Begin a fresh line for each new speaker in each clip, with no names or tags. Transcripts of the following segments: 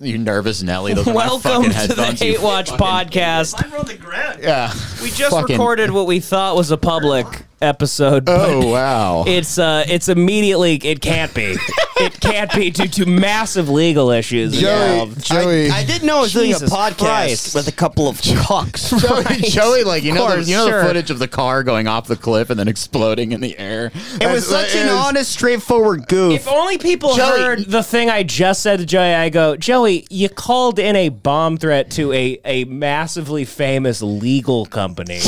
You nervous, Nelly? Those are my
Welcome
fucking
to the
headphones, you
Hate Watch
fucking-
podcast.
I'm on the ground.
Yeah.
We just
Fucking-
recorded what we thought was a public episode. but
Oh wow.
It's uh, it's immediately it can't be. it can't be due to massive legal issues.
Joey,
involved.
Joey,
I didn't know I was
Jesus
doing a podcast
Christ.
with a couple of cocks.
Joey, Joey, like you know,
course,
the, you know
sure.
the footage of the car going off the cliff and then exploding in the air.
It was such an honest, straightforward
If
goof.
only people
Joey-
heard the thing I just said to Joey, I go, Joey, you called in a bomb threat to a, a massively famous legal company.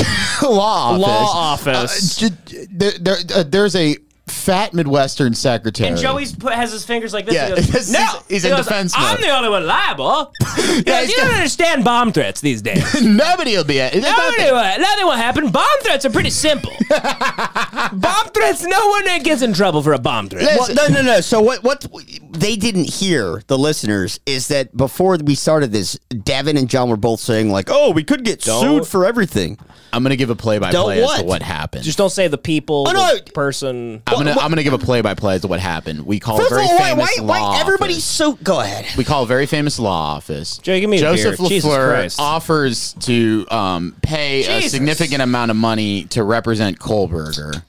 law office.
Law office.
Uh, j- there, there, uh, there's a fat Midwestern secretary.
and Joey's put, has his fingers like this.
Yeah,
he goes,
he's-
no,
he's
He
in
goes,
defense
I'm
mode.
the only one liable. He
Yeah,
goes,
he's
you don't
got-
understand bomb threats these days.
nobody will be at. it's not
Nobody
that-
will, nothing will happen. Bomb threats are pretty simple. bomb threats, no one gets in trouble for a bomb threat.
Listen,
Well, no, no, no. So what? What they didn't hear, the listeners, is that before we started this, Davin and John were both saying like, "Oh, we could get
Don't-
sued for everything."
I'm gonna give a play by
Don't
play as to
what?
what happened.
Just don't say the people,
Oh, no.
the person.
I'm gonna I'm gonna give a play by play as to what happened. We call
First
a
of
Oh, very
all, why,
famous
why,
law.
why everybody's
office.
so? Go ahead.
We call a very famous law office.
Joey, give me a
Joseph
beer. Jesus
Lafleur
Christ.
offers to um, pay a
Jesus.
significant amount of money to represent Kohlberger.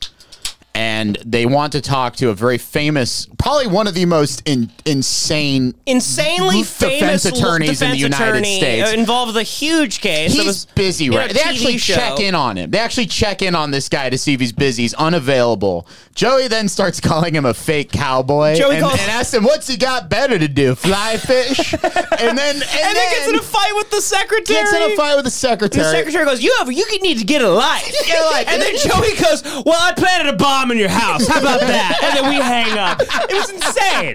And they want to talk to a very famous, probably one of the most in, insane.
insanely
Defense
famous l-
attorneys in the
defense
United
attorney,
States.
uh, involved with a huge case. that
He's
was,
busy
you know,
right. They
TV
actually
show.
check in on him. They actually check in on this guy to see if he's busy. He's unavailable. Joey then starts calling him a fake cowboy.
Joey
and,
calls-
and asks him what's he got better to do, fly fish. and then and,
and then gets in a fight with the secretary.
gets in a fight with the
And
secretary.
the secretary goes, "You have you could need to get a life."
Get a life.
and then Joey goes, "Well, I planted a bomb in your house. How about that?" And then we hang up. It was insane.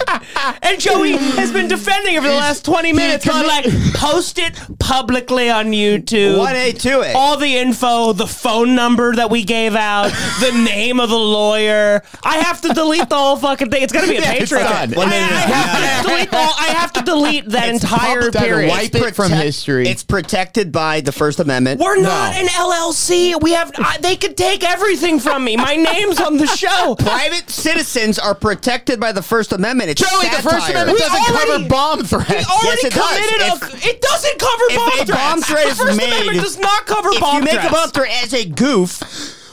And Joey has been defending her for the last twenty minutes,
he
going like,
commi-
"Post it publicly on YouTube."
One A two A.
all the info, the phone number that we gave out, the name of the lawyer. I have to delete the whole fucking thing. It's gonna be a
it's
Patreon.
done.
I, I have to delete all, I have to delete that entire
public data.
period.
Wipe it from history.
It's protected by the First Amendment.
We're not an LLC. We have. I, they could take everything from me. My name's on the show.
Private citizens are protected by the First Amendment. It's
Joey, the First
satire.
Amendment
We
doesn't
already-
cover bomb threats.
We already
Yes, it does.
committed a. it doesn't cover
if
bomb
a
threats.
bomb threat
the
is
First
made,
Amendment does not cover
If
bomb
you make
threats.
a bomb threat as a goof,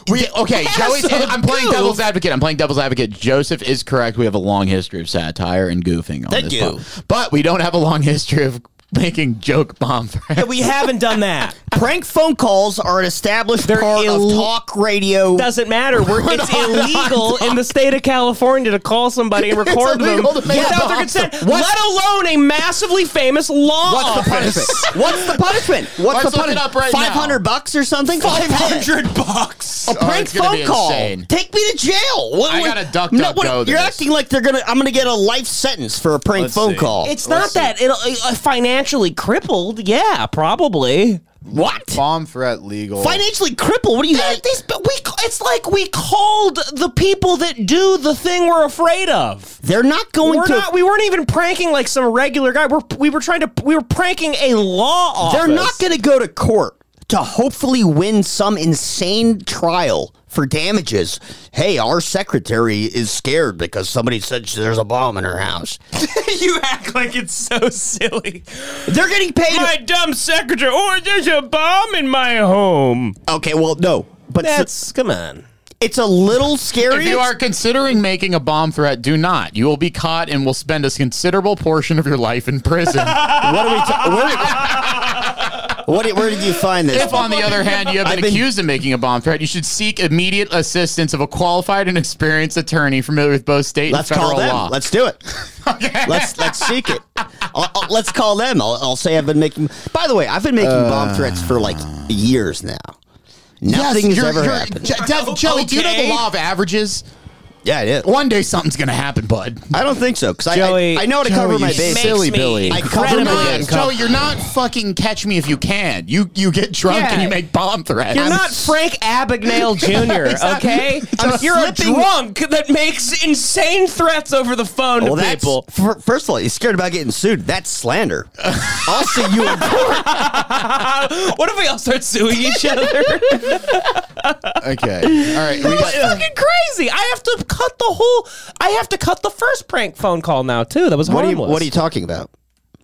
We okay, Joey's.
so
I'm playing
goof.
devil's advocate. I'm playing devil's advocate. Joseph is correct. We have a long history of satire and goofing on
Thank
this,
you.
pod- but we don't have a long history of making joke bomb threats.
we haven't done that.
prank phone calls are an established
They're
part
ill-
of talk radio.
doesn't matter. We're, it's illegal in the state of California to call somebody and record them
illegal to make a
without their
bomb
consent, let alone a massively famous law
What's the punishment?
office.
What's the punishment? What's
Let's
the
look it
punishment?
up right now.
Five hundred bucks or something? Five
bucks.
A prank
Oh, it's gonna
phone
be
call.
insane.
Take me to jail. What,
I
what-
gotta duck, duck,
what-
go
You're
to this.
acting like they're gonna. I'm gonna get a life sentence for a prank
Let's
phone
see.
call.
It's not that it'll, uh, financially crippled. Yeah, probably.
what?
Bomb threat legal.
Financially crippled? What do you?
They- these- but we, ca- it's like we called the people that do the thing we're afraid of.
They're not going
We're
to.
not. We weren't even pranking like some regular guy. We're, we were trying to. We were pranking a law office.
They're not going to go to court to hopefully win some insane trial for damages. Hey, our secretary is scared because somebody said there's a bomb in her house.
you act like it's so silly.
They're getting paid.
my dumb secretary. Oh, there's a bomb in my home.
okay, well, no, but it's,
That's come on.
it's a little
If
scary.
you are considering making a bomb threat, do not. You will be caught and will spend a considerable portion of your life in prison.
what are we? Ta- where, what, where did you find this?
If, on the other hand, you have been,
I've been-
accused of making a bomb threat, you should seek immediate assistance of a qualified and experienced attorney familiar with both state
Let's
and federal
call them.
law.
Let's do it. Let's let's seek it. I'll, I'll- let's call them. I'll, I'll say I've been making. By the way, I've been making bomb threats for like years now. Nothing has
you're-
ever
you're-
happened.
Je- Dev- Joey, do you know the
Oh, Okay.
law of averages?
yeah, it is.
One day something's gonna happen, bud.
I don't think so because I,
Joey-
I, I know how to cover
Joey,
my
you
base.
sick Silly
Makes me
Billy.
I covered
You're
Never
incredibly
not,
again.
uncomfortable.
Joey, you're not fucking catch me if you can. You you get drunk
Yeah.
and you make bomb threats.
You're not Frank Abagnale Jr., okay?
I'm
You're
slipping-
a drunk that makes insane threats over the phone
Well,
to
that's,
people.
fir- first of all, you're scared about getting sued. That's slander. I'll see you in court.
What if we all start suing each other?
okay. All right. We
It's
got,
fucking crazy. I have to cut the whole. I have to cut the first prank phone call now too. That was
What are, you,
harmless.
what are you talking about?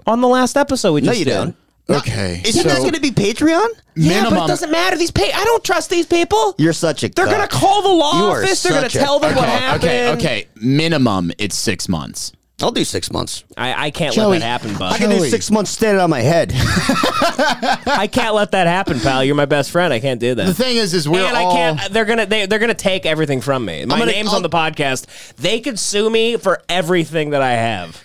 on the last episode we
No,
just
you
did.
don't.
Okay,
Isn't that
so-
going to be Patreon?
Yeah, but
Minimum-
it doesn't matter. These pay. I don't trust these people.
You're such a.
They're
cuck.
gonna call the
You
law
are
office. They're gonna
such a-
tell them what
okay,
happened.
Okay, okay. Minimum, it's six months.
I'll do six months.
I, I can't
Joey,
let that happen,
I
bud.
can do
Joey.
six months standing on my head.
I can't let that happen, pal. You're my best friend. I can't do that.
The thing is, is we're
and I
all.
can't. They're gonna. They, they're gonna take everything from me. My
gonna-
name's
I'll-
on the podcast. They could sue me for everything that I have.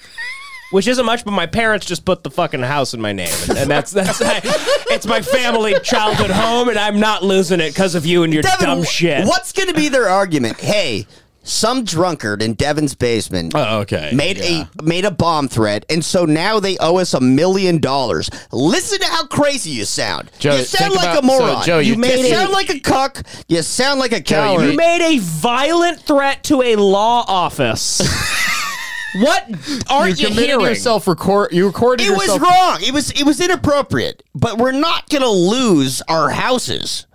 Which isn't much, but my parents just put the fucking house in my name, and, and that's that's it's my family childhood home, and I'm not losing it because of you and your
Devin,
dumb shit.
What's going to be their argument? Hey, some drunkard in Devin's basement
Oh, okay.
made a made a bomb threat, and so now they owe us a million dollars. Listen to how crazy you sound.
Joe,
you sound
think
like
about-
a moron.
so, Joe, you-
you
Made
sound like a cuck. You sound like a coward.
You made a violent threat to a law office. what
You
aren't you,
committed
hearing?
yourself record. You recorded
it was
yourself.
wrong. It was it was inappropriate. But we're not going to lose our houses.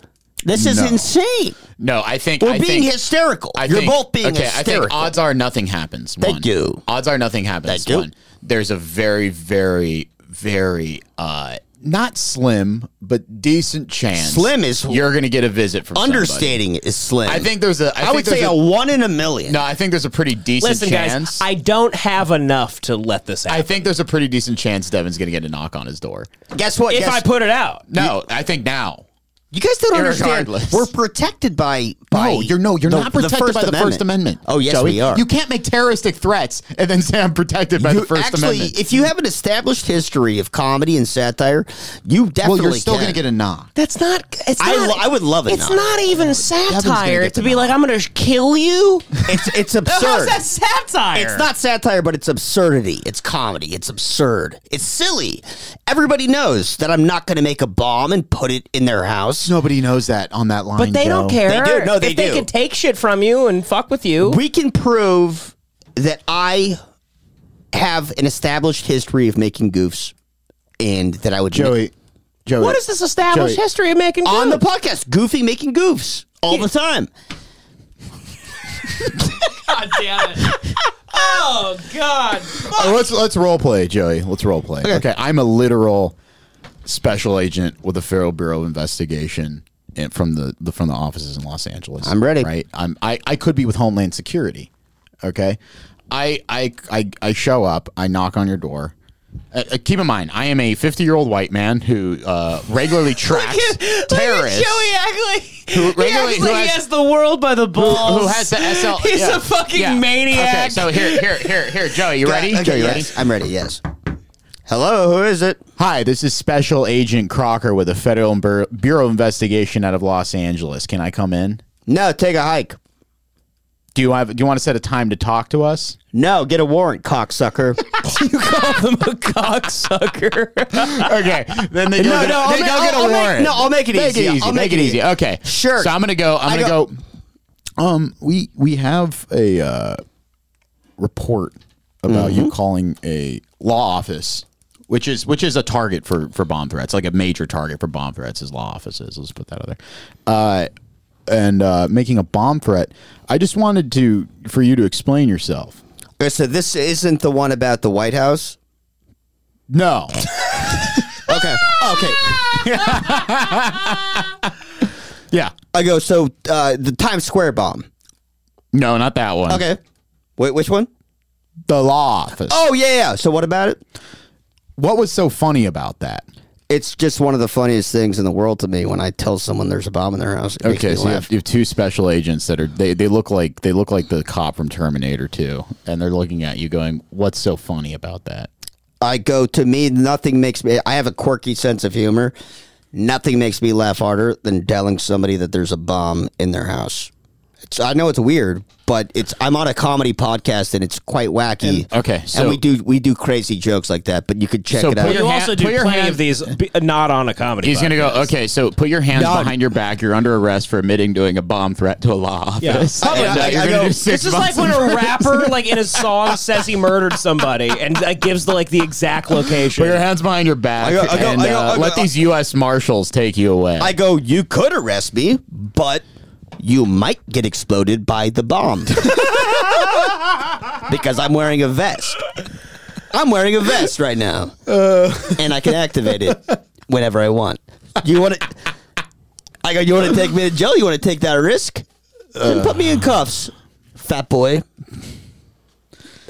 This is
No.
insane.
No, I think
We're
I
being
think,
hysterical.
I
You're
think-
both being
okay. I
hysterical.
think odds are nothing happens.
Thank
one.
you.
Odds are nothing happens.
Thank you.
One. There's a very, very, very uh, not slim but decent chance.
Slim is-
you're going to get a visit from somebody.
Understating it is slim.
I think there's a. I
I
think
would say
there's
a, one in a million.
No, I think there's a pretty decent
Listen,
chance.
guys, I don't have enough to let this
I
happen.
think there's a pretty decent chance Devin's going to get a knock on his door.
Guess what?
if
Guess-
I put it out,
No, I think now.
you guys don't understand.
Irregardless.
We're protected by. by
No, you're no, you're
the-
not protected by the First Amendment.
Oh yes,
Joey.
we are.
You can't make terroristic threats and then say I'm protected by
You
the First
actually,
Amendment.
if you have an established history of comedy and satire, you
well,
definitely
you're still
can.
going to get a knock.
that's not. It's
I
not.
lo- I would love it
It's
not.
not, even satire
get
to
the
be like I'm going to kill you.
It's it's
How's
absurd.
that satire?
It's not satire, but it's absurdity. It's comedy. It's absurd. It's silly. Everybody knows that I'm not going to make a bomb and put it in their house.
Nobody knows that on that line.
But they don't
Joe.
care.
They do. No, they
if they
do.
can take shit from you and fuck with you.
We can prove that I have an established history of making goofs, and that I would
Joey. Joey.
what is this established
Joey,
history of making?
on
good?
the podcast, Goofy making goofs all the time.
God damn it. Oh God.
Oh, let's let's role play, Joey. Let's role play. Okay. I'm a literal special agent with the Federal Bureau of Investigation and from the, the from the offices in Los Angeles.
I'm ready.
Right. I'm I, I could be with Homeland Security. Okay. I I I, I show up. I knock on your door. Uh, uh, keep in mind, I am a 50 year old white man who uh, regularly tracks terrorists.
Joey act like,
Who-
he,
regularly-
acts
who
like he
has-
has the world by the balls.
Who has the SL?
He's
yeah.
a fucking
Yeah. Okay,
maniac.
so here, here, here, here, Joey, you ready?
Okay,
Joey, you
yes,
ready?
I'm ready. Yes. Hello, who is it?
Hi, this is Special Agent Crocker with the Federal Bur- Bureau of Investigation out of Los Angeles. Can I come in?
No, take a hike.
Do you have? Do you want to set a time to talk to us?
No, get a warrant, cocksucker.
you call them a cocksucker.
Okay, then they go.
No,
get,
no, I'll
they
make-
go
I'll-
get a
I'll make-
warrant.
no, I'll make it easy. I'll
make, it easy. Okay,
Sure.
So I'm gonna go. I'm
I
gonna
go-
go. Um, we we have a uh, report about you calling a law office. Which is which is a target for, for bomb threats, like a major target for bomb threats is law offices. Let's put that out there. Uh, and uh, making a bomb threat. I just wanted to for you to explain yourself.
Okay, so this isn't the one about the White House.
No,
Okay. Okay.
yeah,
I go. So uh, the Times Square bomb.
no, not that one.
Okay. Wait, which one?
the law office.
Oh yeah, yeah. So what about it?
What was so funny about that?
It's just one of the funniest things in the world to me when I tell someone there's a bomb in their house. It makes
Okay,
me
so you
laugh.
have, you have two special agents that are they, they look like they look like the cop from Terminator 2 and they're looking at you going, "What's so funny about that?"
I go to me, nothing makes me. I have a quirky sense of humor. Nothing makes me laugh harder than telling somebody that there's a bomb in their house. It's, I know it's weird, but it's I'm on a comedy podcast and it's quite wacky.
And- okay, so-
and we do we do crazy jokes like that, but you could check
So
it
put
out.
your-
you
hand-
also do
put your
plenty
hand-
of these, be-
uh,
not on a comedy.
He's going to go,
podcast.
"Okay, so put your hands
Done.
behind your back. You're under arrest for admitting doing a bomb threat to a law
Yeah.
office."
Public-
And, uh,
I-
you're
I
gonna
go,
do
this
six
This is
months
like when
in
a
prison.
rapper, like in his song, says he murdered somebody and uh, gives the, like the exact location.
Put your hands behind your back
I go- I go-
and
I go-
uh,
I go-
let these U.S. marshals take you away.
I go, you could arrest me, but you might get exploded by the bomb because I'm wearing a vest. I'm wearing a vest right now, and I can activate it whenever I want. You want to? I go. You want to take me to jail? You want to take that risk? Then put me in cuffs, fat boy.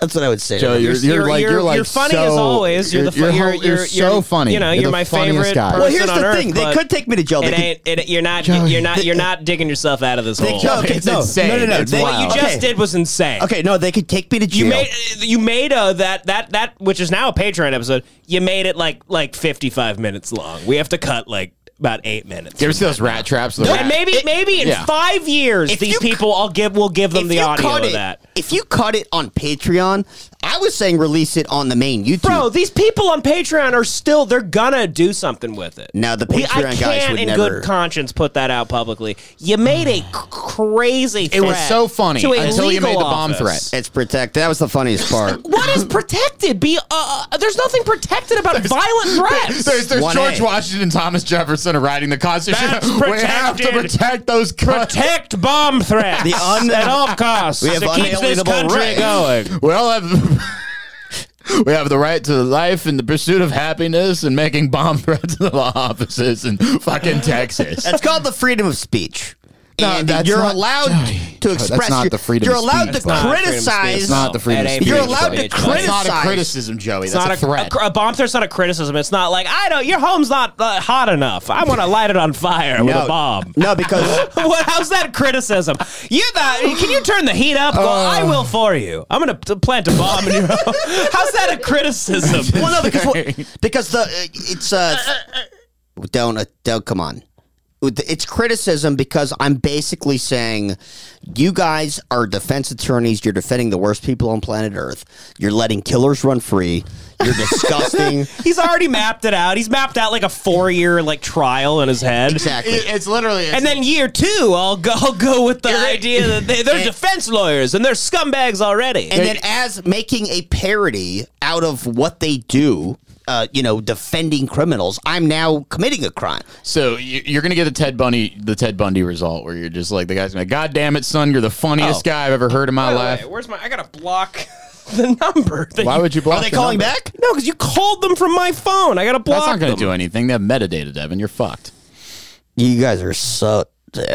That's what I would say. to
Joe,
him.
you're, you're, like you're like
funny
so,
as always. You're, the fu-
you're,
you're,
you're
you're,
so funny.
You know,
you're,
you're
the
my
funniest
favorite
guy.
person
well, here's
on
the
Earth,
thing: they
but
could take me to jail. They
It
could-
ain't. It, you're not.
Joey.
You're not. You're not digging yourself out of this hole.
Joe, okay,
It's
no,
insane.
no, no, no.
It's
They-
What you
wild.
just
Okay.
did was insane.
Okay, no, they could take me to jail.
You made you made a that that that which is now a Patreon episode. You made it like like fifty five minutes long. We have to cut like about eight minutes.
You ever see those rat traps? The
and
rat-
maybe maybe in
Yeah.
five years
If
these
you c-
people I'll give will give them
If
the
you
audio
cut
of
it-
that.
If you cut it on Patreon, I was saying release it on the main YouTube.
Bro, these people on Patreon are still they're gonna do something with it.
No, the
We- I
Patreon guys
can't
would
in
never-
good conscience put that out publicly. You made a c- crazy
it was
threat
so funny
to a
until you made the
legal
bomb
office.
threat.
it's protect. That was the funniest part.
What is protected? Be uh, uh, there's nothing protected about violent threats.
There's, there's
1A.
George Washington, Thomas Jefferson are writing the Constitution.
That's
we have to
protected.
protect those cunts.
protect bomb threats
The un-
at all costs.
We have
it keeps this
unalienable
country
rights.
going.
We all have we have the right to life and the pursuit of happiness and making bomb threats to the law offices in fucking Texas.
It's called the freedom of speech.
No,
and
that's
you're
not-
allowed
Joey,
to
Joey,
express.
that's not
your-
the freedom
You're
of
allowed
speech, That's
to
not freedom of speech.
criticize.
It's not
the freedom of
That ain't
speech.
You're allowed
freedom of
to
speech, buddy.
That's not a
criticize.
criticism, Joey.
It's
That's
not
a threat.
A, bomb threat's not a criticism. It's not like I don't. Your home's not uh, hot enough. I want to light it on fire with a bomb.
No, because
what? How's that criticism? You the, can you turn the heat up? Well, I will for you. I'm gonna p- plant a bomb in your home. How's that a criticism?
well, no, because what- because the it's uh, don't uh, don't come on. It's criticism because I'm basically saying you guys are defense attorneys. You're defending the worst people on planet Earth. You're letting killers run free. You're disgusting.
He's already mapped it out. He's mapped out like a four year like trial in his head.
exactly.
It- it's literally it's
And then year two, I'll go, I'll go with the idea that they, they're defense lawyers and they're scumbags already.
and then as making a parody out of what they do, uh, you know, defending criminals, I'm now committing a crime.
So you- you're gonna get the Ted Bundy, the Ted Bundy result, where you're just like the guy's like, "God damn it, son, you're the funniest
Oh.
guy I've ever heard in my
By the
life."
way, where's my? I gotta block the number. that
Why would you block?
Are they
the
calling
number?
back?
No, because you called them from my phone. I gotta block
That's not gonna
them.
do anything. They have metadata, Devin. You're fucked,
You guys are so.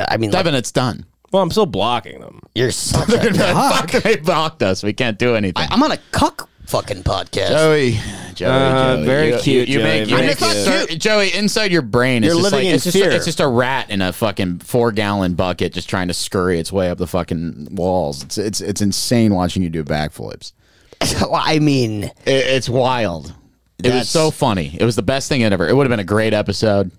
I mean, like,
Devin. It's done.
Well, I'm still blocking them.
you're such a
Fuck, they blocked us. We can't do anything.
I, am on a cuck fucking podcast.
Joey, Joey,
Uh,
Joey.
very
You-
cute,
You, you
Joey,
make, you
very
make
cute.
certain- Joey inside your brain. It's
You're
just
living
like,
in
it's just,
fear.
it's just a rat in a fucking four gallon bucket, just trying to scurry its way up the fucking walls. It's it's it's insane watching you do backflips.
Well, I mean,
It, it's wild. It was
That's-
so funny. It was the best thing ever. It would have been a great episode.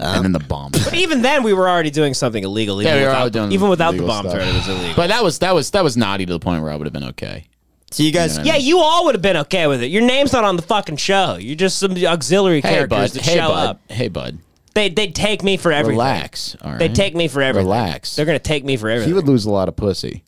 and then the bomb.
But even then, we were already doing something illegal. Even
Yeah, we were
without,
all doing
even without the
illegal
bomb
stuff.
threat, it was illegal.
but that was that was that was naughty to the point where I would have been okay.
so you guys,
yeah, you all would have been okay with it. Your name's not on the fucking show. You're just some auxiliary
Hey bud.
characters that
Hey
show
bud.
up.
Hey bud.
They they take me for everything.
Relax. All right.
They take me for everything.
Relax.
They're gonna take me for
He
everything.
would lose a lot of pussy.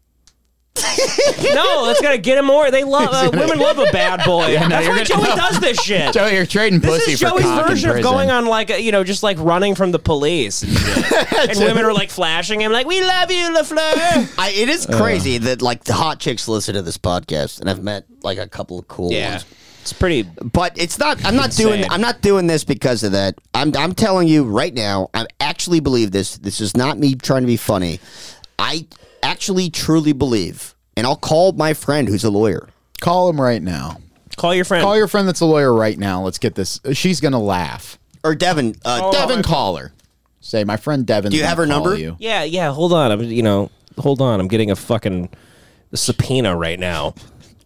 no, that's gonna get him more. They love uh, women love a bad boy.
no,
that's
you're
why
gonna-
Joey does this shit.
Joey, you're trading
This
pussy
is
for
Joey's
cock in
version of
prison.
going on like a, you know, just like running from the police, and, shit. and women are like flashing him, like "We love you, Lafleur."
I, it is crazy that like the hot chicks listen to this podcast, and I've met like a couple of cool
Yeah,
ones.
it's pretty.
But it's not. I'm not doing.
Insane.
I'm not doing this because of that. I'm. I'm telling you right now. I actually believe this. This is not me trying to be funny. I actually truly believe, and I'll call my friend who's a lawyer.
Call him right now.
Call your friend.
Call your friend that's a lawyer right now. Let's get this. She's gonna laugh.
Or Devin, uh,
Oh,
Devin, call her. Say, my friend Devin.
Do you have her number?
You.
yeah, yeah. Hold on. I'm you know, hold on. I'm getting a fucking subpoena right now.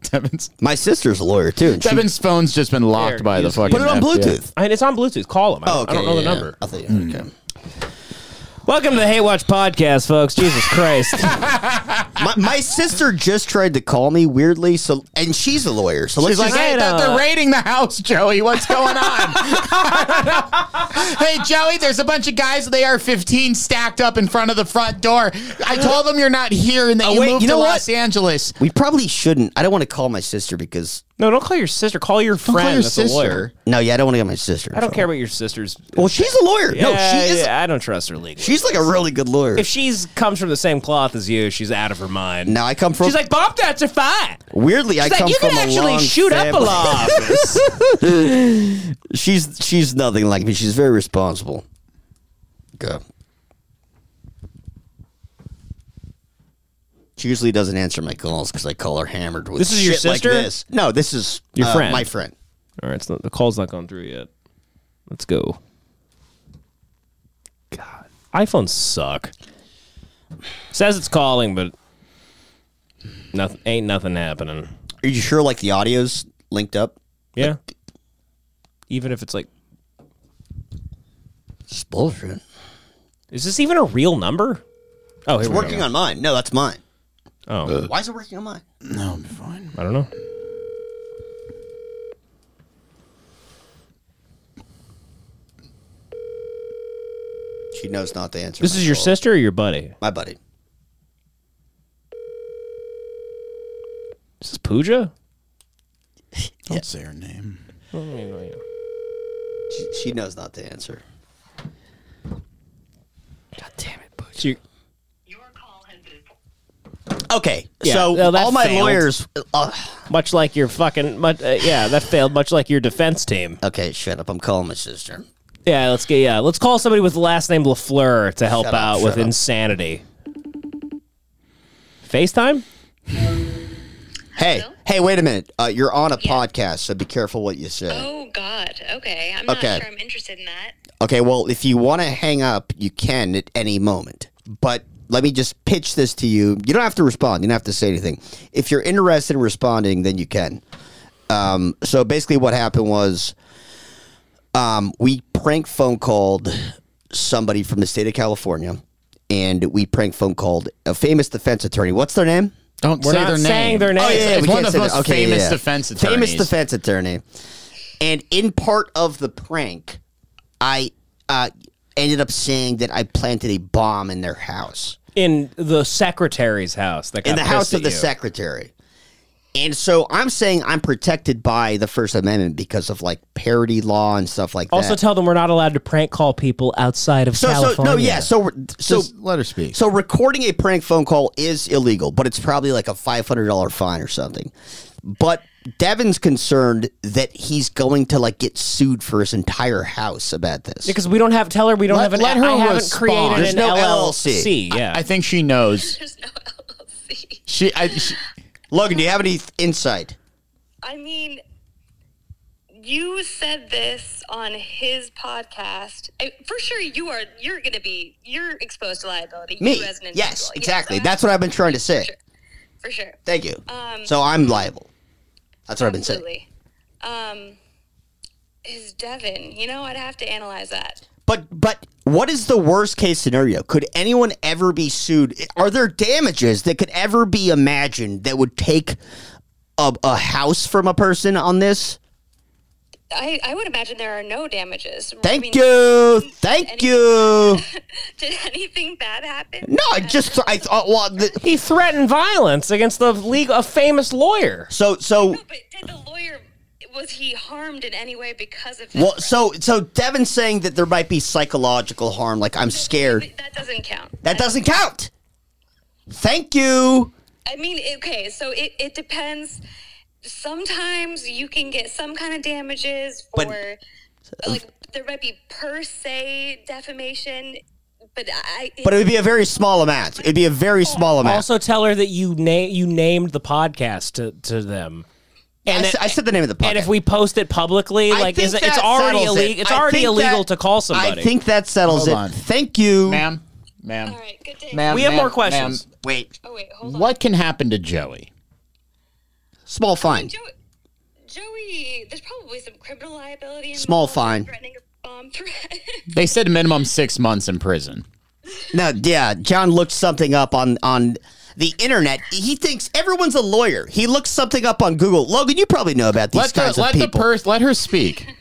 Devin's
my sister's a lawyer too. and she-
Devin's phone's just been locked
There,
by the
he's-
fucking.
put it on
FBI.
Bluetooth.
I mean, it's on Bluetooth. Call him. I,
Oh,
I don't know the
yeah, yeah.
number. Hmm.
I thought- okay.
Welcome to the Hate Watch podcast, folks. Jesus Christ.
my, my sister just tried to call me weirdly, so and she's a lawyer. So let's
She's like,
just-
hey,
Right
they're, they're
on.
raiding the house, Joey. What's going on? hey, Joey, there's a bunch of guys with AR-15 stacked up in front of the front door. I told them you're not here and that you
Oh, wait,
moved
you know
to
what?
Los Angeles.
we probably shouldn't. I don't want to call my sister because
no, don't call your sister. Call your friend.
Don't call your
that's a
sister.
lawyer.
no, yeah, I don't want to get my sister. in
I don't
trouble.
care about your sister's.
Well, she's a lawyer. no, she is.
Yeah, I don't trust her legally.
She's like a really good lawyer.
if she's comes from the same cloth as you, she's out of her mind.
Now I come from
She's like, bomb threats are fine.
weirdly I
She's
come
like, you
from
can
a
actually
long
shoot up a
family-
law office.
She's she's nothing like me. She's very responsible. Good. She usually doesn't answer my calls because I call her hammered with
This is your
shit like
sister?
this. No, this is
Your
uh,
friend.
My friend.
All right, it's not, the call's not gone through yet. Let's go. God, iPhones suck. Says it's calling, but nothing ain't nothing happening.
Are you sure like the audio's linked up?
Yeah. Even if it's like,
It's bullshit.
is this even a real number? Oh, here
It's
we
working
go.
on mine. No, that's mine.
Oh,
Why is it working on mine?
No, I'm fine.
I don't know.
She knows not to answer.
This
my
is your
call.
sister or your buddy?
My buddy.
Is this Pooja?
Don't say her name.
She, she knows not to answer. God damn it, Butch.
She,
Your call has been.
Okay,
Yeah,
so
no, that
all my
failed.
lawyers. Uh,
much like your fucking, much, uh, yeah, that failed. Much like your defense team.
okay, shut up. I'm calling my sister.
Yeah, let's get yeah. Let's call somebody with the last name Lafleur to help
Shut up,
out
shut
with
up.
insanity. FaceTime?
Hey,
Hello?
hey, wait a minute. Uh, you're on a podcast, so be careful what you say.
Oh God. Okay. I'm
Okay.
not sure I'm interested in that.
Okay, well, if you want to hang up, you can at any moment. But let me just pitch this to you. You don't have to respond. You don't have to say anything. If you're interested in responding, then you can. Um, so basically, what happened was um, we prank phone called somebody from the state of California, and we prank phone called a famous defense attorney. What's their name?
Don't
We're
say
not
their name.
saying their name.
Oh, yeah, yeah,
It's
we
one
can't
of
say
the
that.
most
Okay,
famous
yeah, yeah.
defense
Famous
attorneys.
defense attorney. And in part of the prank, I uh, ended up saying that I planted a bomb in their house,
In the secretary's house. That got
in the
pissed
house
at
of the
you.
secretary. And so I'm saying I'm protected by the First Amendment because of like parody law and stuff like
Also
that.
tell them we're not allowed to prank call people outside of
so,
California.
so no, yeah. So we're- so
Just let her speak.
So recording a prank phone call is illegal, but it's probably like a five hundred dollar fine or something. But Devin's concerned that he's going to like get sued for his entire house about this.
because we don't have tell her we don't
Let-
have an
let her
I haven't
respond.
created
There's
an
no
LLC. Yeah.
I think she knows.
There's no LLC.
She, I, she
Logan, do you have any th- insight?
I mean, you said this on his podcast. I, for sure, you are. You're going to be. You're exposed to liability.
Me?
You as an individual.
Yes,
Yeah,
exactly.
so
That's what I've been trying to say.
for sure.
Thank you.
Um,
so I'm liable. That's what I've been saying.
Absolutely. Um, is Devin? You know, I'd have to analyze that.
But but what is the worst case scenario? Could anyone ever be sued? Are there damages that could ever be imagined that would take a, a house from a person on this?
I, I would imagine there are no damages. I
Thank
mean,
you, thank you.
Did anything bad happen?
No, I just I thought well, the,
he threatened violence against the league a famous lawyer.
so so
But did the lawyer was he harmed in any way because of that?
well so so Devin's saying that there might be psychological harm. Like I'm scared.
But that doesn't count.
That doesn't count. Thank you.
I mean, it- okay, so it, it depends. Sometimes you can get some kind of damages
But-
for like there might be per se defamation, but I
But it would be a very small amount. It'd be a very small amount.
Also tell her that you na- you named the podcast to, to them.
I,
And
s-
it-
I said the name of the podcast.
And if we post it publicly,
I
like
think
is it, it's
that
already
settles
illegal.
it.
It's
I
already
think
illegal
that-
to call somebody.
I think that settles
Hold
it.
on.
Thank you.
ma'am, ma'am,
all right, good day.
ma'am.
We have
ma'am,
more questions.
ma'am,
Wait,
Oh wait, hold on.
what can happen to Joey?
small fine.
Joey, Joey, there's probably some criminal liability.
Small
involved in
fine.
Threatening a bomb threat.
They said minimum six months in prison.
No, yeah, John looked something up on on the internet. He thinks everyone's a lawyer. He looks something up on Google. Logan, you probably know about these
Let the,
kinds
let
of
the
people.
pers- let her speak.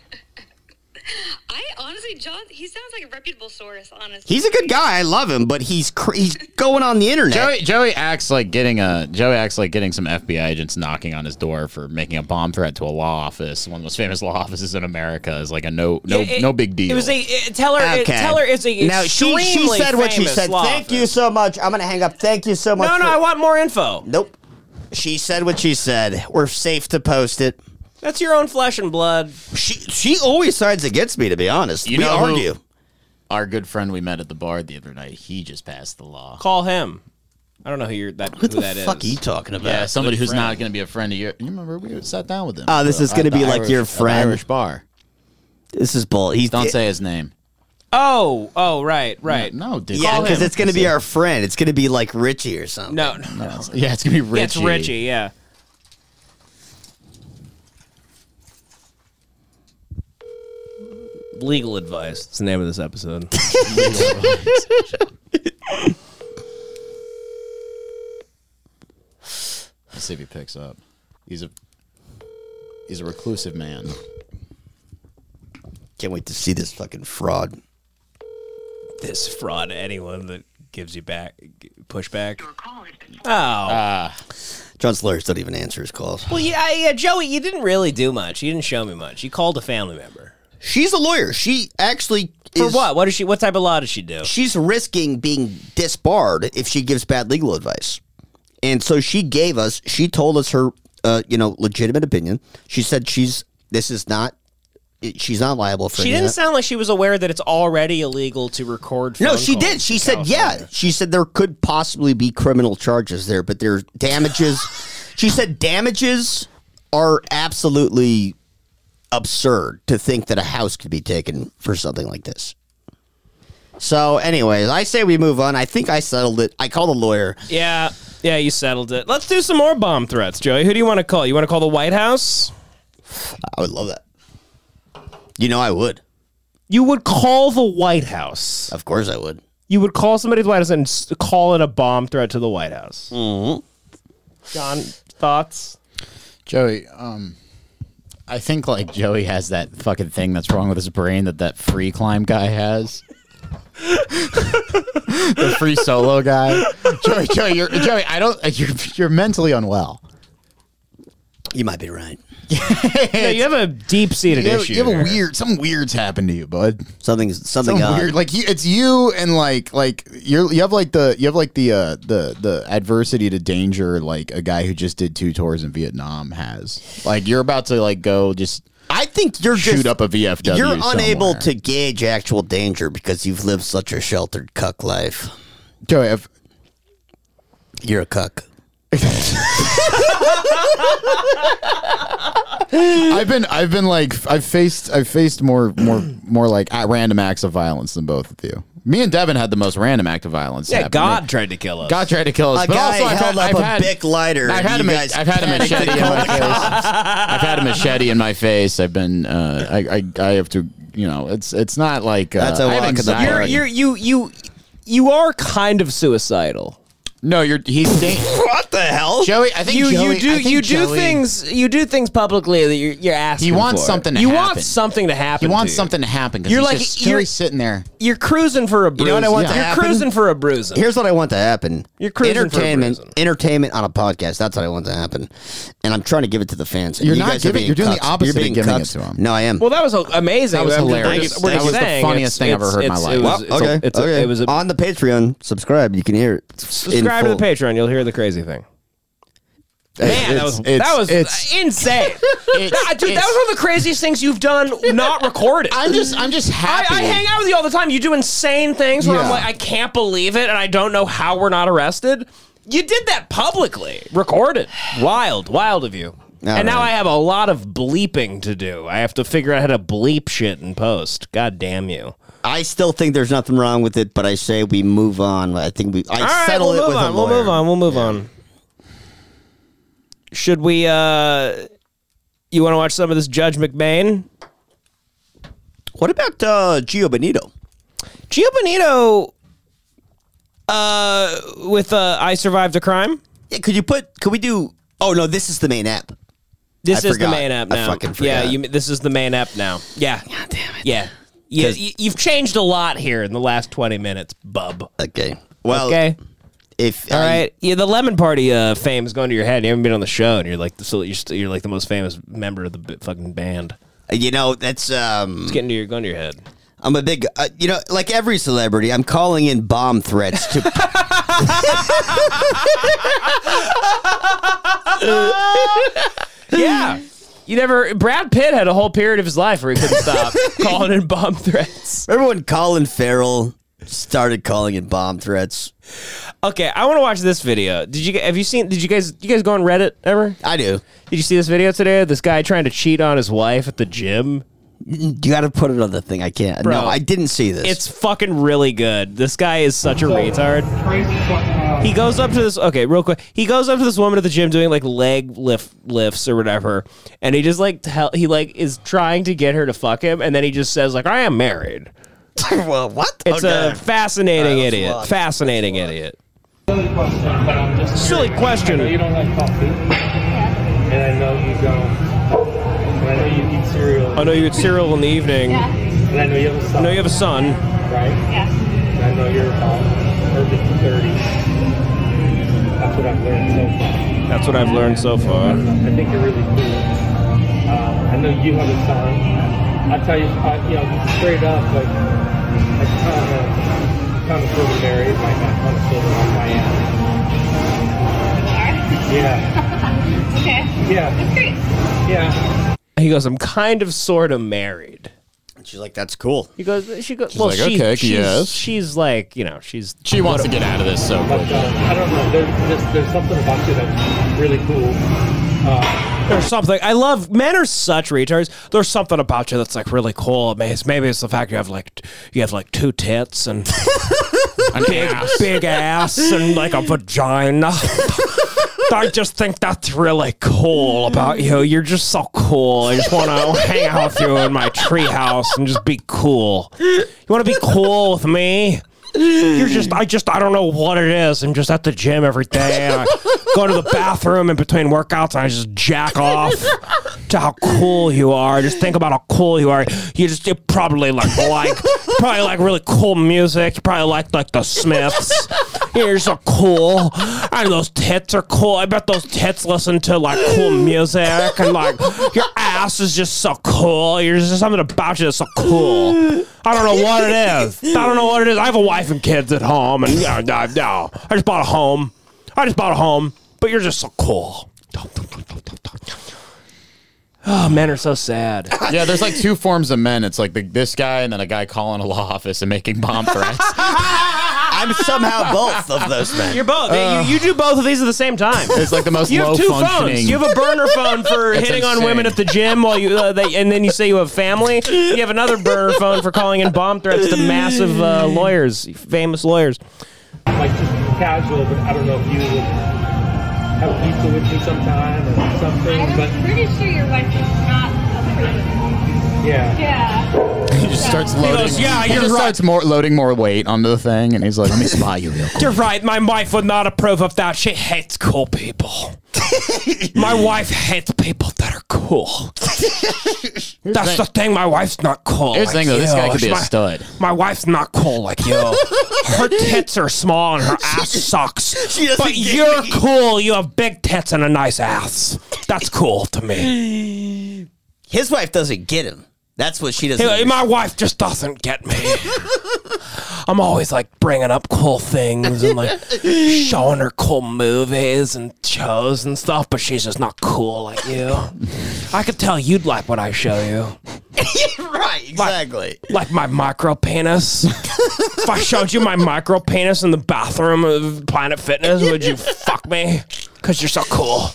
I honestly honestly, John, he sounds like a reputable source. Honestly,
He's a good guy. I love him, but he's cr- he's going on the internet.
Joey Joey acts like getting a Joey acts like getting some FBI agents knocking on his door for making a bomb threat to a law office. One of the most famous law offices in America is like a no no
It- it-
no big deal.
It was a it, tell her. It, tell her it's uh, a
now she,
extremely
she said what she
famous
said.
law
Thank you
office.
so much. I'm gonna hang up. Thank you so much.
No, no,
for-
I want more info.
nope. She said what she said. We're safe to post it.
That's your own flesh and blood.
She she always sides against me. To be honest,
You
we
know who-
argue.
Our good friend we met at the bar the other night, he just passed the law.
Call him. I don't know who you're. That who,
What the
that is.
fuck are you talking about?
Yeah, somebody who's not going to be a friend of your. You remember we sat down with him.
Oh, this
uh,
is gonna
at the
be like your
at the
friend.
Irish bar.
This is bull. He's
Don't
it-
say his name.
Oh, oh, right, right.
No, dude.
Yeah,
Call
because
him.
it's gonna be our friend. It's gonna be like Richie or something.
No, no.
Yeah, it's gonna be Richie.
Yeah, it's Richie. Yeah. Legal advice. It's the name of this episode.
Let's see if he picks up. He's a he's a reclusive man.
Can't wait to see this fucking fraud.
this fraud. Anyone that gives you back pushback.
call has been Ah.
Oh.
John Slayers don't even answer his calls.
well, yeah, I- yeah, Joey, you didn't really do much. You didn't show me much. You called a family member.
She's a lawyer. She actually
For
is,
what? What does she? What type of law does she do?
She's risking being disbarred if she gives bad legal advice. And so she gave us. She told us her, uh, you know, legitimate opinion. She said she's. This is not. it- She's not liable for.
She
any of
didn't
that.
sound like she was aware that it's already illegal to record. Phone
No, she
calls
did. She
in
said, yeah. She said there could possibly be criminal charges there, but there are damages. she said damages are absolutely absurd to think that a house could be taken for something like this. So, anyways, I say we move on. I think I settled it. I called a lawyer.
Yeah, yeah, you settled it. Let's do some more bomb threats, Joey. Who do you want to call? You want to call the White House?
I would love that. You know, I would.
You would call the White House.
Of course, I would.
You would call somebody to the White House and s- call it a bomb threat to the White House. Mm-hmm. John, thoughts?
Joey, um, I think like Joey has that fucking thing that's wrong with his brain that that free climb guy has. the free solo guy, Joey. Joey, you're, Joey, I don't. You're, you're mentally unwell.
You might be right.
Yeah, you have a deep seated
You have,
issue.
you have a
here.
weird. Something weird's happened to you, bud.
Something's something
Something
odd.
weird. Like you, it's you and like like you're you have like the you have like the uh the the adversity to danger like a guy who just did two tours in Vietnam has. Like you're about to like go just
I think you're
shoot
just
up a VFW.
You're unable
somewhere.
to gauge actual danger because you've lived such a sheltered cuck life.
Joey, if,
You're a cuck.
I've been I've been like I've faced I've faced more more more like at random acts of violence than both of you. Me and Devin had the most random act of violence.
Yeah,
happen.
God tried to kill us.
God tried to kill us.
A
but
guy
also I've
held
had,
up
I've
a
had,
big lighter.
I've had,
and
a,
you
ma-
guys
I've had a
panicked
machete in
and
my
called the
face.
cops.
I've had a machete in my face. I've been uh, I, I I have to you know it's it's not like uh,
That's a
I have
walk in the
anxiety.
You're, you're, you, you, you are kind of suicidal.
no you're he's da-
What the hell?
Joey. I think Joey,
You, you
I
do
think
you do
Joey-
things you do things publicly that you're, you're asking.
He wants
for.
something to
you
happen.
want something to happen.
He wants
to you.
something to happen because
You're
you're
like-
like just,
you're-
Joey's sitting there.
You're cruising for a bruise.
know what I want to
You're
happen?
cruising for a bruise.
Here's what I want to happen.
You're cruising for a
entertainment,
bruising.
entertainment on a podcast. That's what I want to happen, and I'm trying to give it to the fans. and
You're
you
not
guys are
giving-
being
you're doing the
cucks.
opposite
You're
of
being
giving it
cucks.
to 'em.
No, I am.
well, that was amazing.
That was
I mean, we're
hilarious.
just- we're
That
just
was the
saying
funniest
it's-
thing I've ever heard in my
it's-
life.
it was-
Well,
it's a-
okay,
it's a-
okay.
It was a,
on the Patreon. Subscribe. You can hear it. in
subscribe to
full.
the Patreon. You'll hear the crazy thing. Man, that
It's-
was
it's-
that was
it's-
insane, Nah, dude. That
it's-
was one of the craziest things you've done, not recorded.
I'm just I'm just
I,
happy.
I hang out with you all the time. You do insane things where I'm
Yeah.
like, I can't believe it, and I don't know how we're not arrested. You did that publicly, recorded. Wild, wild of you.
All
and now
right.
I have a lot of bleeping to do. I have to figure out how to bleep shit and post. God damn you.
I still think there's nothing wrong with it, but I say we move on. I think we
All
I
right,
settle
we'll
it
move
with a
on. We'll
lawyer.
move on. We'll move on. Should we? uh You want to watch some of this Judge McMahon?
What about uh, Gio Benito?
Gio Bonito, uh, with uh, "I Survived a Crime."
Yeah, could you put? Could we do? Oh no, this is the main app.
This
I
is the
forgot.
main app
I
now.
fucking
yeah,
forgot.
you, this is the main app now. Yeah. God damn it. Yeah. You, you, you've changed a lot here in the last 20 minutes, bub.
Okay. Well,
Okay.
if
All
I-
right. Yeah, the lemon party uh, fame is going to your head. You haven't been on the show, and you're like, the, so you're, st- you're like the most famous member of the b- fucking band.
you know, that's um,
It's getting to your going to your head.
I'm a big, uh, you know, like every celebrity, I'm calling in bomb threats to.
Yeah. You never. Brad Pitt had a whole period of his life where he couldn't stop calling in bomb threats.
Remember when Colin Farrell started calling in bomb threats?
Okay, I want to watch this video. Did you have you seen? Did you guys you guys go on Reddit ever?
I do.
Did you see this video today? of This guy trying to cheat on his wife at the gym.
You got to put it on the thing. I can't.
Bro.
no, I didn't see this.
It's fucking really good. This guy is such a retard. He goes up to this. Okay, real quick. He goes up to this woman at the gym doing like leg lift lifts or whatever, and he just like tell he like is trying to get her to fuck him, and then he just says like, "I am married."
well, what?
It's a fascinating
Alright, let's
idiot.
watch.
Fascinating idiot.
Silly question, but I'm just
Silly
curious.
question.
I know you don't like coffee. And I know you don't. And I know you eat cereal.
I know you eat cereal in the evening.
And I know you have a son.
I know you have a son.
right? And I know you're about early 30s. That's what I've learned so far.
That's what I've learned so far.
I think you're really cool. Uh, I know you have a son. I tell you, I, you know, straight up, like, I kind of, kind of feel married, like, I kind of feel on my end. Yeah, yeah, yeah.
He goes, I'm kind of sort of married.
She's like, that's cool.
He goes, she goes, well,
like,
she-
"Okay,
she's,
yes."
she's like, you know, she's,
She wants to get out of this so
But
quick.
uh, I don't know. There's, there's there's something about you that's really cool. Uh,
or something. I love, men are such retards. There's something about you that's like really cool. Maybe it's, maybe it's the fact you have like, t- you have like two tits and big, big ass and like a vagina. I just think that's really cool about you. You're just so cool. I just want to hang out with you in my treehouse and just be cool. You want to be cool with me? You're just, I just, I don't know what it is. I'm just at the gym every day. And I go to the bathroom in between workouts and I just jack off to how cool you are. Just think about how cool you are. You just, you probably like, like, probably like really cool music. You probably like, like the Smiths. You're so cool. And those tits are cool. I bet those tits listen to like cool music and like your ass is just so cool. You're just something about you that's so cool. I don't know what it is. I don't know what it is. I have a wife and kids at home, and yeah, no, no. I just bought a home. I just bought a home, but you're just so cool. Oh, men are so sad.
Yeah, there's like two forms of men. It's like the, this guy and then a guy calling a law office and making bomb threats.
I'm somehow both of those men.
You're both. you, you do both of these at the same time.
It's like the most
You
low
have two
functioning.
phones. You have a burner phone for hitting on
insane.
women at the gym while you, uh, they, and then you say you have family. You have another burner phone for calling in bomb threats to massive uh, lawyers, famous lawyers.
like just casual, but I don't know if you would have pizza with me sometime or something. But
I'm pretty sure your wife is not approved.
yeah,
Yeah.
he just starts loading.
goes, "Yeah,
he
you're
just
right."
starts more loading more weight onto the thing, and he's like, "Let me spy you real quick."
You're right. My wife would not approve of that. She hates cool people. my wife hates people that are cool. That's the thing. My wife's not cool.
Here's the
like
thing, though. This
you.
guy could be a
My-
stud.
My wife's not cool like you. Her tits are small and her ass sucks.
she doesn't
but
get
you're
me.
cool. You have big tits and a nice ass. That's cool to me.
His wife doesn't get him. That's what she doesn't.
Hey, my wife just doesn't get me. I'm always like bringing up cool things and like showing her cool movies and shows and stuff, but she's just not cool like you. I could tell you'd like what I show you.
right, exactly.
like my micro penis. if I showed you my micro penis in the bathroom of Planet Fitness, would you fuck me? Because you're so cool.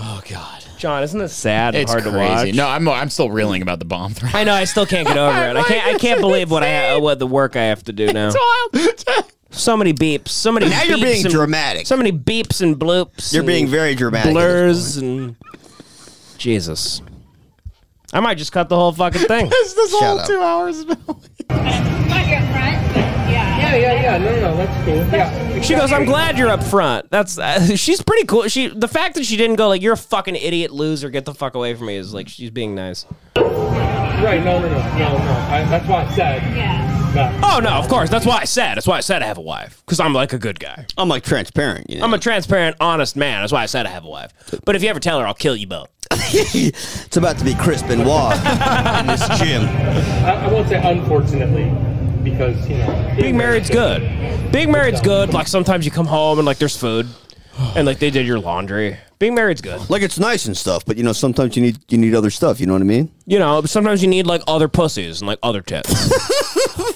Oh God,
John, isn't this sad and
it's
hard
crazy.
to watch?
No, I'm I'm still reeling about the bomb threat.
I know. I still can't get over it. I can't. I can't believe what I what the work I have to do now. So many beeps. So many.
Now you're
beeps
being
and-
dramatic.
So many beeps and bloops.
You're
and
being very dramatic. at this
blurs and Jesus. I might just cut the whole fucking thing.
this
whole up. two
hours.
Not your front, but yeah.
Yeah, yeah, yeah. No, no, that's cool. Yeah.
She goes, "I'm glad you're up front." That's uh, she's pretty cool. She the fact that she didn't go like you're a fucking idiot, loser, get the fuck away from me is like she's being nice.
Right. No, no, no, no, no. I, that's why I said.
Yeah.
that.
Oh no, of course. That's why I said. That's why I said I have a wife because I'm like a good guy.
I'm like transparent. You know?
I'm a transparent, honest man. That's why I said I have a wife. But if you ever tell her, I'll kill you both.
it's about to be Crispin Benoit in this gym.
I, I won't say unfortunately, because you know
Being married's good. Being married's good. Like sometimes you come home and like there's food, and like they did your laundry. Being married's good.
Like it's nice and stuff, but you know sometimes you need you need other stuff. You know what I mean?
You know, sometimes you need like other pussies and like other tits,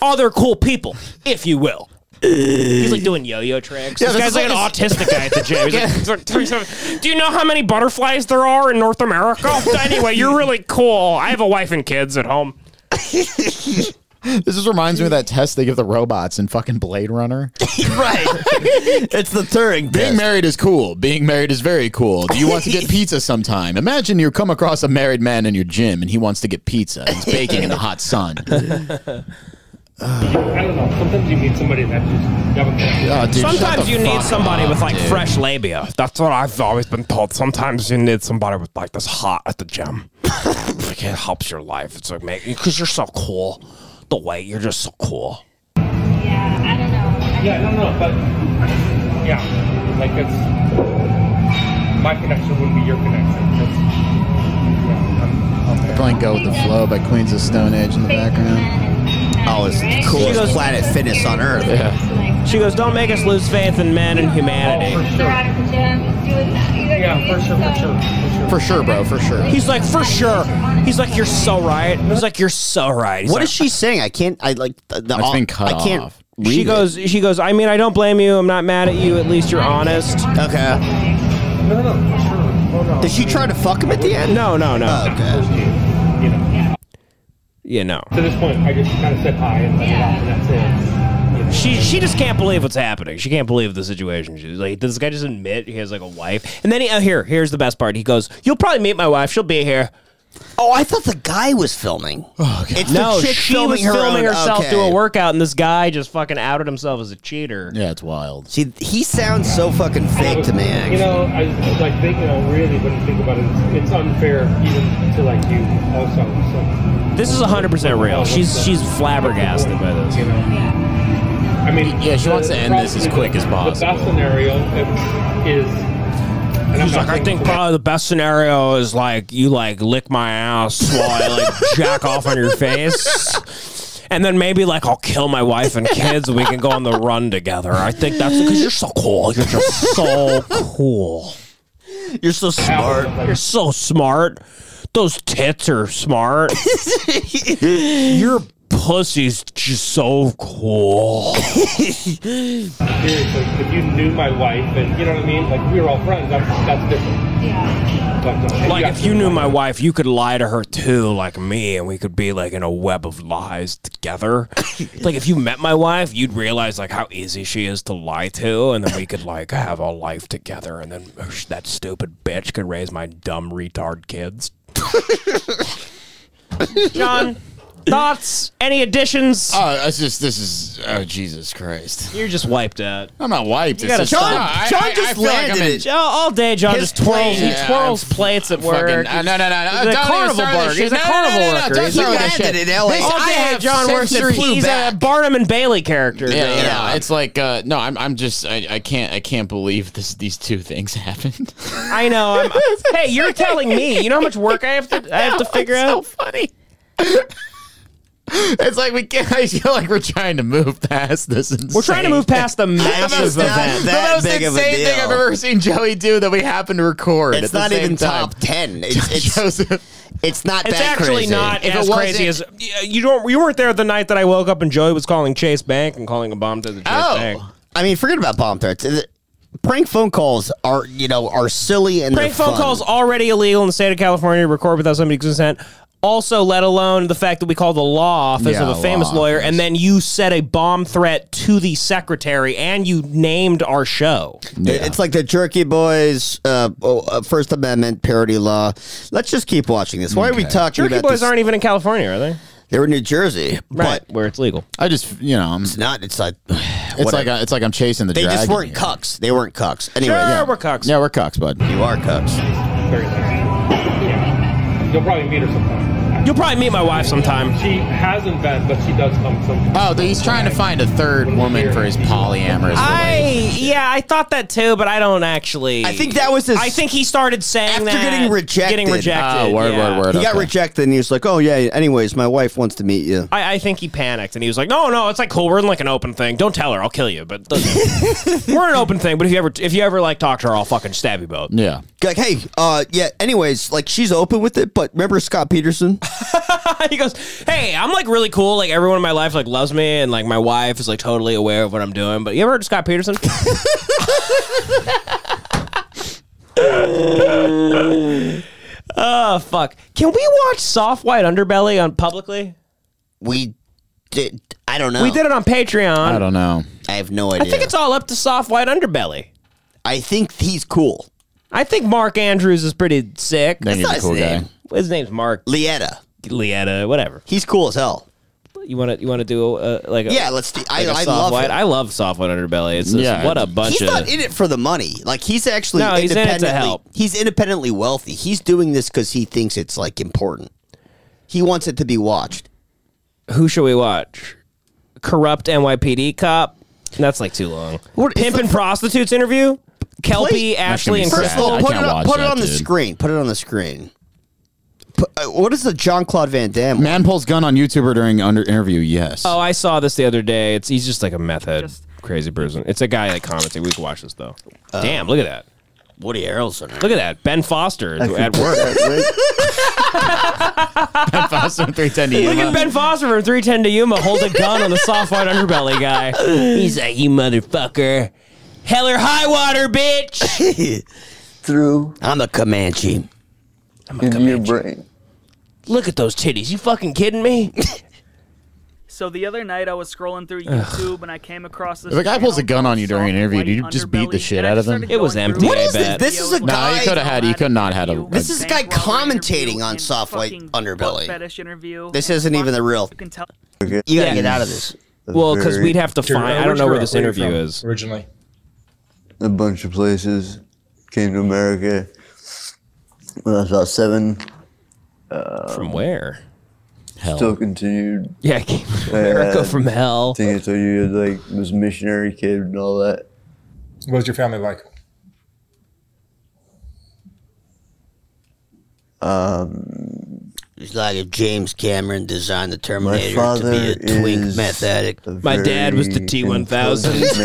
other cool people, if you will. He's like doing yo-yo tricks.
Yeah,
this
this
guy's
is
like an
like
autistic guy at the gym. He's like- he's like, "Three seven- Do you know how many butterflies there are in North America? anyway, you're really cool. I have a wife and kids at home.
This just reminds me of that test they give the robots in fucking Blade Runner.
right. it's the Turing
Being
test.
married is cool. Being married is very cool. Do you want to get pizza sometime? Imagine you come across a married man in your gym and he wants to get pizza. He's baking in the hot sun.
I don't know. Sometimes you need somebody that just you have a
Oh, dude, shut
Sometimes
the
you need
fuck
somebody
up,
with like
dude.
fresh labia. That's what I've always been told. Sometimes you need somebody with like this hot at the gym. like, it helps your life. It's like make because you're so cool. The way you're just so cool.
Yeah. I don't know. I
Yeah, no, no, but yeah, like it's my connection wouldn't be your connection. That's, yeah, I'm, I'm there.
Playing Go with the Flow by Queens of Stone Age in the background.
Oh, it's the
She
coolest
goes-
planet fitness on Earth.
She goes, "Don't make us lose faith in men and
Oh,
humanity."
for
They're
sure.
out of the gym, doing
Yeah, for sure, for sure, for sure.
For sure, bro. For sure.
He's like, "For sure." He's like, "You're so right." He's like, "You're so right." He's
What
like,
is she saying? I can't. I like the. the
That's been cut
I can't.
off.
read
She
it.
goes. She goes. I mean, I don't blame you. I'm not mad at you. At least you're honest.
Okay.
No, no, no, for sure. Oh, no.
Did she try to fuck him at the end?
No,
Oh,
no, no.
Okay.
You know,
yeah, no.
to this point, I just kind of said hi and let it off, and that's it. You know.
She she just can't believe what's happening. She can't believe the situation. She's like, does this guy just admit he has like a wife? And then he, oh, here, here's the best part. He goes, "You'll probably meet my wife. She'll be here."
Oh, I thought the guy was filming. Oh, God. It's
No,
the chick
she
filming
was
her
filming
own-
herself
okay.
do a workout, and this guy just fucking outed himself as a cheater.
Yeah, it's wild.
See, he sounds so fucking fake to me.
You
Actually.
know, I like they, you know, really when you think about it, it's, it's unfair even to like you also. So,
This is 100 percent real. She's she's flabbergasted by
you
this.
know. I mean,
Yeah, she wants to
the-
end this as
probably
quick as
the- The
possible.
best scenario is. And I'm
He's
not
like, I
saying
think
for-
probably the best scenario is like you like lick my ass while I like jack off on your face. And then maybe like I'll kill my wife and kids and we can go on the run together. I think that's because you're so cool. You're just so cool.
You're so smart.
You're so smart. Those tits are smart. your pussy's just so cool.
Seriously, if you knew my wife and you know what I mean, like we were all friends, that's, that's different. But, no, and
Like if
actually-
you knew my wife, you could lie to her too, like me, and we could be like in a web of lies together. like if you met my wife, you'd realize like how easy she is to lie to, and then we could like have a life together, and then sh- that stupid bitch could raise my dumb retard kids. John, thoughts? Any additions?
Oh, that's just this is oh Jesus Christ!
You're just wiped out.
I'm not wiped.
You gotta
it's
stop.
just, no, I-
John
I- I
just
feel I'm
landed
in
it.
Joe, all day, John
His
just twirls.
plane.
He
Yeah,
twirls
I'm
plates at work.
Fucking, uh, no, no, no, no.
He's a
don't
carnival
start this
worker.
shit.
He's a
No, no,
carnival
no, no, no,
worker.
don't
He's
start
a
with
guy
this
that
shit.
did it, Ellie.
This-
All
I
All day,
have
John works at
sensory
he's
feedback.
a Barnum and Bailey character.
Yeah,
John.
yeah. It's like uh, no, I'm, I'm just I, I can't I can't believe this these two things happened.
I know. I'm, hey, you're telling me. You know how much work I have to I have to figure
it's
out.
So funny. it's like we can't. I feel like we're trying to move past this.
We're trying to move past the massive
That's not
event.
that
the most
big of a
insane thing
deal.
I've ever seen Joey do that we happen to record. at
It's
the
not
same
even
time.
top ten. It's it's,
Joseph.
it's not
It's
that
actually
crazy.
not
If it
as
wasn't-
crazy as you don't. You weren't there the night that I woke up and Joey was calling Chase Bank and calling a bomb to the Chase
Oh.
Bank.
I mean, forget about bomb threats. Is it- Prank phone calls are you know are silly and
Prank
they're
phone
fun.
calls already illegal in the state of California. Record without somebody's consent. Also, let alone the fact that we call the law office
Yeah,
of a famous
law
lawyer,
office.
and then you said a bomb threat to the secretary, and you named our show.
It's like the Jerky Boys uh, oh, uh, First Amendment parody law. Let's just keep watching this. Why are we talking
Jerky
about
boys
this?
aren't even in California, are they?
They were in New Jersey,
right,
but
where it's legal.
I just, you know, I'm, it's
it's not. It's like it's
like I, it's like I'm chasing the
they
dragon.
just weren't
here.
cucks. They weren't cucks. Anyway,
Sure,
yeah,
we're cucks.
Yeah, we're cucks, bud.
you are cucks.
Very nice. Yeah. You'll probably meet her sometime.
You'll probably meet my wife sometime.
She hasn't been, but she does come sometime.
Oh, he's trying to find a third woman for his polyamorous.
I yeah, I thought that too, but I don't actually.
I think that was his-
I think he started saying
After
that
getting rejected.
Getting rejected.
Oh, word,
yeah.
word, word.
He got
okay.
rejected, and he was like, "Oh yeah. Anyways, my wife wants to meet you."
I, I think he panicked and he was like, "No, no, it's like cool. We're in like an open thing. Don't tell her, I'll kill you." But the- we're an open thing. But if you ever if you ever like talk to her, I'll fucking stab you both.
Yeah.
Like, hey, uh, yeah. Anyways, like she's open with it, but remember Scott Peterson?
he goes, "Hey, I'm like really cool. Like everyone in my life like loves me, and like my wife is like totally aware of what I'm doing." But you ever heard of Scott Peterson? oh fuck! Can we watch Soft White Underbelly on publicly?
we did. I don't know.
We did it on Patreon.
I don't know.
I have no
I
idea.
think it's all up to Soft White Underbelly.
I think he's cool.
I think Mark Andrews is pretty sick.
I think he's
not
a
his
cool guy.
name.
His name's Mark
Lietta.
Lietta, whatever.
He's cool as hell.
You want to you want to do uh, like a,
Yeah, let's. Do, I,
like a
I
soft
love
white.
it.
I love soft white underbelly. It's just,
Yeah.
what a bunch
He's
of
not in it for the money. Like he's actually
No, he's in it to
independently-
help.
He's independently wealthy. He's doing this because he thinks it's like important. He wants it to be watched.
who should we watch? Corrupt NYPD cop. That's like too long.
What-
Pimp
it's
and prostitutes interview. Kelpie,
Play-
Ashley, and
That's gonna be
Chris.
First of all,
I
put it
can't
on,
watch
put it
that,
on the
dude.
screen. Put it on the screen. Put, uh, what is the John Claude Van Damme? one?
Man pulls gun on YouTuber during under interview. Yes.
Oh, I saw this the other day. It's he's just like a meth head, crazy person. It's a guy like commenting. We can watch this though. Damn, look at that.
Woody Harrelson.
Look at that. Ben Foster is at work.
Foster three ten to
Look at Ben Foster from 310 to Yuma hold a gun on the soft white underbelly guy. He's like, you motherfucker. Hell or high water, bitch.
through
I'm a Comanche.
into your brain.
Look at those titties. You fucking kidding me?
So the other night I was scrolling through YouTube and I came across this.
If a guy pulls a
channel
gun on you
called
during an
Soft
interview,
White
do you just beat the
Underbelly,
shit
and I
out of
started
him? It was
going
empty,
through
I
videos
bet.
of
This is a
people
guy- No, he
coulda had- he could not had a-
interview,
This
is a guy
bank robber
commentating
interview,
on
and
Soft White
fucking
Underbelly.
foot Fetish interview.
This
and
isn't even the real.
You can tell.
You gotta
Yeah.
get out of this.
Well, because we'd have to find. I don't know where this
Where you
interview
from
is.
Originally.
a bunch of places. Came to America when I was about seven.
From where?
Still continued.
Yeah, I came from America from hell.
I think I told you like was a missionary kid and all that.
What was your family like?
It's like if James Cameron designed the
My
Terminator to
father
be a twink
is
meth addict.
a
My dad was the
very
T-1000.
intelligent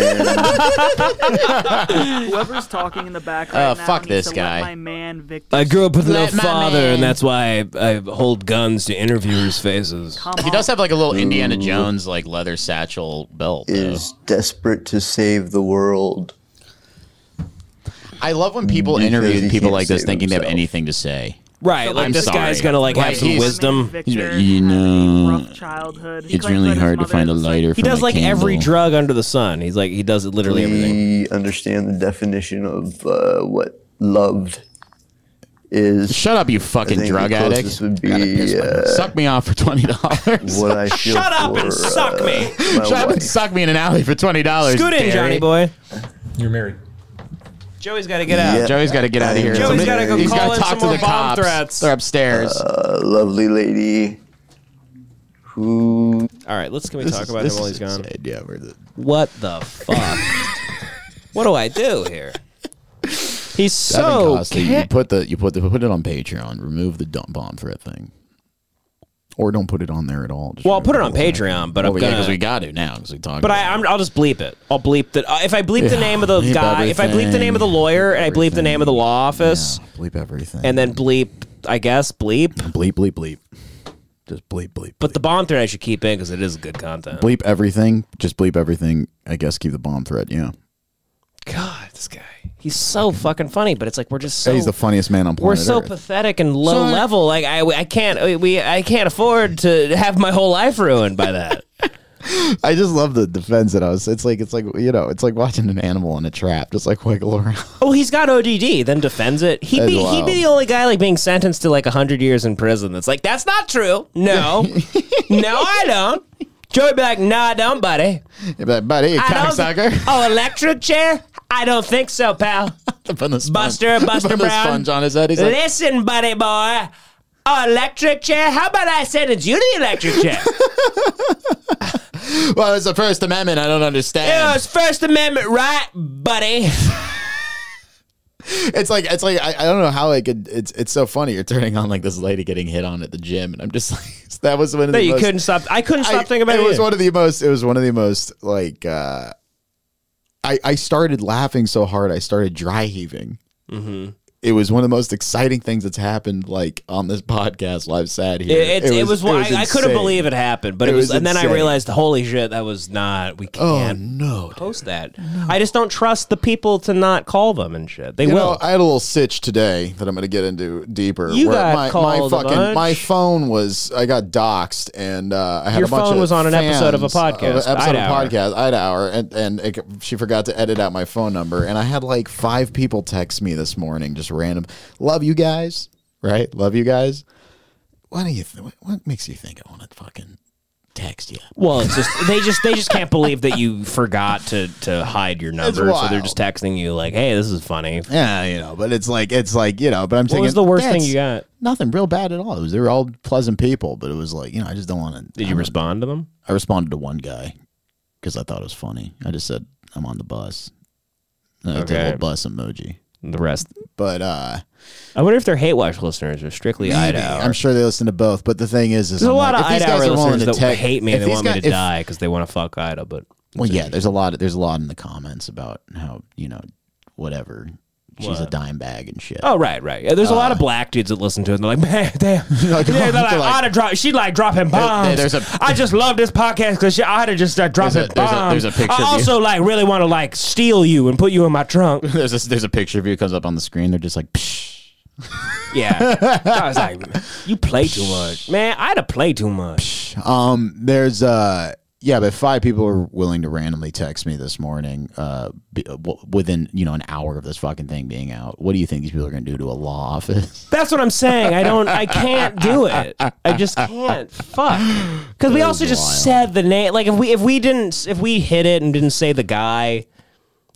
man.
Whoever's talking in the back right
Uh,
now
fuck
needs
this
to
guy.
Let my man Victor.
I grew up with
Let
no
my
father,
man-
and that's why I, I hold guns to interviewers' faces.
come
He
on.
does have like a little Indiana Jones like leather satchel belt. though.
is desperate to save the world.
I love when people
Because
interview
he
people
can't
like this
save
thinking they have
himself.
anything to say.
Right, like
I'm
this
sorry.
guy's gonna like
Like,
have some
he's-
wisdom.
Victor
He's like,
had
you
a
know,
rough childhood. He
It's
claims
really
that his
hard to
mother
find a
was like,
lighter.
He does like every drug under the sun. He's like he does it literally everything.
We understand the definition of uh, what love is.
Shut up, you fucking
think
drug
the
addict.
closest would
Gotta piss
be,
my-
uh,
suck me off for twenty dollars.
What I feel
Shut up
for,
and suck
uh,
me.
my
Shut up and
wife.
suck me in an alley for twenty dollars.
Scoot in, Johnny boy.
You're married.
Joey's got to get out.
Yeah.
Joey's got to get out of here.
Joey's
gotta go
He's
call
gotta
in
talk
some
to
more
the
bomb
cops.
threats.
They're upstairs.
A lovely lady who
All right, let's can we talk about him while he's gone?
Yeah, where the,
What the fuck? what do I do here? He's
Devin
so
Costly, you put the you put the put it on Patreon. Remove the dump bomb threat thing, or don't put it on there at all. Just
Well, I'll put it on
remove the whole thing.
Patreon, but
Well,
I'm
yeah,
gonna-
we got to now because we talked.
But I,
about
I'm, I'll just bleep it. I'll bleep that. Uh, if I bleep the
Yeah,
name of the
bleep
guy, if I bleep the name of the
everything,
lawyer, and I bleep the name of the law
it.
office,
Yeah, bleep everything,
and then bleep, I guess, bleep.
bleep bleep bleep, just bleep bleep.
But the bomb threat I should keep in because it is good content.
bleep everything, just bleep everything. I guess keep the bomb threat. Yeah,
God, this guy. He's so fucking funny, but it's like we're just so.
he's the funniest man on planet
we're so
Earth.
pathetic and low
So-
level. Like I, I can't, we, I can't afford to have my whole life ruined by that.
I just love the defense that I was. It's like it's like you know, it's like watching an animal in a trap, just like wiggle around.
Oh, he's got ODD, then defends it. He'd
That's
be, he'd
wild.
be the only guy like being sentenced to like 100 years in prison that's like, that's not true. No. no, I don't. Joey'd be like, no, I don't, buddy.
You'd be like, buddy, you
I don't-
cocksucker.
Oh, electric chair? I don't think so, pal.
Put the sponge-
Buster, Buster
put the
Brown.
sponge on his head. He's like,
Listen, buddy boy. Oh, electric chair? How about I sentence you to the electric chair?
well, it's the First Amendment. I don't
it
understand.
was First Amendment right, buddy.
It's like it's like I, I don't know how I could. It's it's so funny. You're turning on like this lady getting hit on at the gym, and I'm just like, that was one of
No,
the
you
most,
couldn't stop. I couldn't stop
I-
thinking about
it.
it.
was
either.
one of the most. It was one of the most like. uh I I started laughing so hard I started dry heaving.
Mm-hmm.
It was one of the most exciting things that's happened like on this podcast. Live sat here.
It, it, it, was, one I, I couldn't
insane.
believe it happened, but it,
It
was,
was
and then I
insane.
realized, holy shit, that was not. We
Oh
can't
no! dude.
post that. I just don't trust the people to not call them and shit. They
You
will.
know, I had a little sitch today that I'm going to get into deeper.
You got
my,
called a
my fucking
bunch.
my phone was I got doxxed and uh, I had
Your
a bunch
phone
of
was on an episode of a
fans
podcast,
an episode of
I'd
a
Hour.
podcast, I'd hour, and and it, she forgot to edit out my phone number, and I had like five people text me this morning, just random. Love you guys, right? Love you guys. Why do you? Th- what- what makes you think I want to fucking text you?
well, it's just they just they just can't believe that you forgot to to hide your number, so they're
wild.
just texting you like, "Hey, this is funny."
Yeah, you know, but it's like it's like you know, but I'm
What
thinking
was the worst thing
that's
you got?
Nothing real bad at all. It was, they were all pleasant people, but it was like you know, I just don't want to.
Did you respond to them?
I responded to one guy because I thought it was funny. I just said I'm on the bus. And I did a
Okay.
little bus emoji.
The rest.
But uh,
I wonder if they're hate watch listeners or strictly
maybe.
Idaho.
I'm sure they listen to both. But the thing is, is
There's
I'm
a lot
like,
of
if these
Idaho
guys are willing
listeners that
to tech-
hate me
if
and
these
they want me
guy-
to
if-
die because they want to fuck Ida. But
Well, yeah, there's a lot. There's a lot in the comments about how you know, whatever. She's a dime bag and shit.
Oh right, right. Yeah, there's a lot of black dudes that listen to it. and They're like, man, damn.
Like,
yeah, they're like,
Uh. they're like-
I'd have dropped. She like dropping bombs.
there's a-
I just love this podcast because I'd have just started dropping
There's a- there's a-
bombs.
there's a picture
I
of you.
also like really want to like steal you and put you in my trunk.
There's a, there's a picture of you comes up on the screen. They're just like, Psh.
yeah, I was like, you play too much, man. I'd have played too much.
Um, there's uh yeah, but five people are willing to randomly text me this morning, uh, be, uh, w- within you know an hour of this fucking thing being out. What do you think these people are going to do to a law office?
That's what I'm saying. I don't. I can't do it. I just can't. Fuck. Because we also just said the name. Like if we if we didn't if we hit it and didn't say the guy.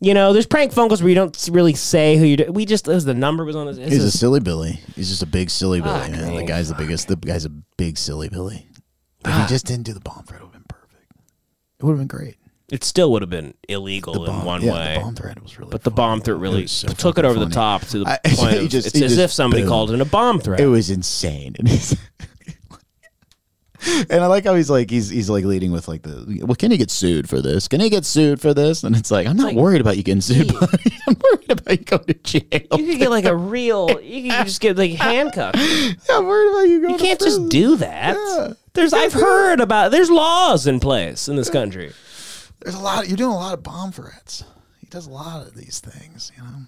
You know, there's prank phone calls where you don't s- really say who you. Do. We just it was the number was on his.
He's a silly billy. He's just a big silly billy.
Fuck
man. The
me.
guy's the biggest. The guy's a big silly billy. If
Ah.
he just didn't do the bomb threat, it would have been perfect. It would have been great.
it still would have been illegal in
Bomb-
one
yeah,
way.
the bomb threat was really.
but the bomb threat really
was so
took it
fucking
over the
funny.
top to the
I-
point.
he
of,
just-
it's
he
as
just
if somebody
boom.
called in a bomb threat.
It was insane. And, he's- and I like how he's like he's he's like leading with like the well, can he get sued for this? Can he get sued for this? And it's like I'm not worried about you getting sued. buddy. I'm worried about you going to
you
jail.
could get like a real. You could just get like handcuffed.
I'm worried about you going.
You
to
can't
prison.
just do that.
Yeah.
There's I've heard about there's laws in place in this country.
There's a lot. You're doing a lot of bomb threats. He does a lot of these things. You know.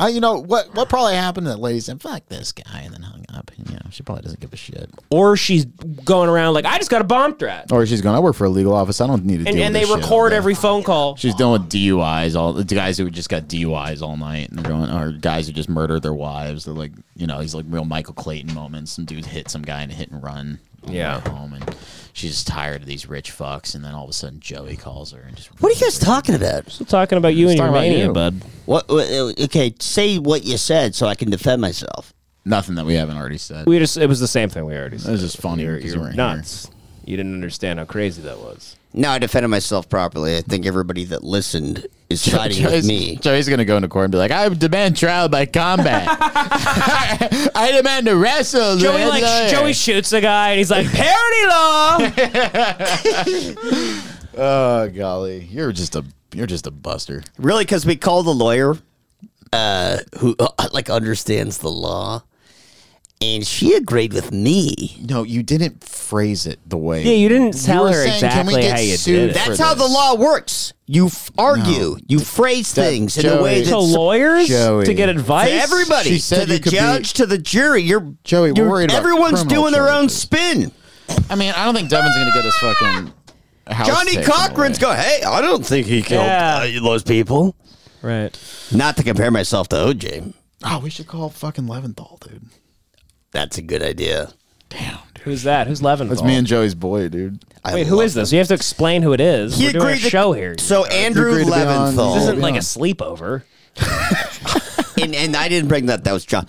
I, you know what? What probably happened to that lady said, "Fuck this guy," and then hung up. You know, she probably doesn't give a shit.
Or she's going around like I just got a bomb threat.
Or she's going. I work for a legal office. I don't need to.
And, and they record every phone call.
She's dealing with DUIs. All the guys who just got DUIs all night, and they're going, or guys who just murder their wives. They're like, you know, he's like real Michael Clayton moments. Some dude hit some guy in a hit and run. on the
Yeah.
way home, and she's just tired of these rich fucks. And then all of a sudden, Joey calls her and just.
What are you guys talking about?
Talking about you and your
talking about
mania,
you.
bud.
What? what- Okay, say what you said so I can defend myself.
Nothing that we haven't already said.
We just it was the same thing we already
That
said.
was just funny
You're,
because
you're
you weren't
nuts. You didn't understand how crazy that was.
No, I defended myself properly. I think everybody that listened is siding
Joey's,
with me.
Joey's gonna go into court and be like, "I demand trial by combat. I, demand to wrestle." the
Joey
head
like
lawyer."
Joey shoots a guy and he's like parody law.
Oh golly, you're just a you're just a buster.
Really, because we call the lawyer uh, who uh, like understands the law, and she agreed with me.
No, you didn't phrase it the way.
yeah, you didn't tell
were
her
saying, "Can we
exactly
get
how you
sued
did it.
for
That's how the
this.
law works. You f- argue, you phrase
that-
things in a
Joey-
way that's
To lawyers to
Joey.
get advice.
to everybody,
She said
to
you
the
could be-
judge, to the jury. You're
Joey, we're
you're-
worried about
everyone's
criminal
doing their own
charges.
spin.
I mean, I don't think Devin's gonna get his fucking. house
Johnny
taken
Cochran's
away.
go. Hey, I don't think he killed
Yeah.
uh, those people.
Right.
Not to compare myself to OJ.
Oh, we should call fucking Leventhal, dude.
That's a good idea.
Damn, dude.
Who's that? Who's Levin?
That's me and Joey's boy, dude.
I
Wait, who
love
is this? You have to explain who it is.
He
We're doing a
agreed to-
show here.
So
Uh,
Andrew
agreed to be on-
this
Leventhal,
isn't like a sleepover.
and, and I didn't bring that. That was John.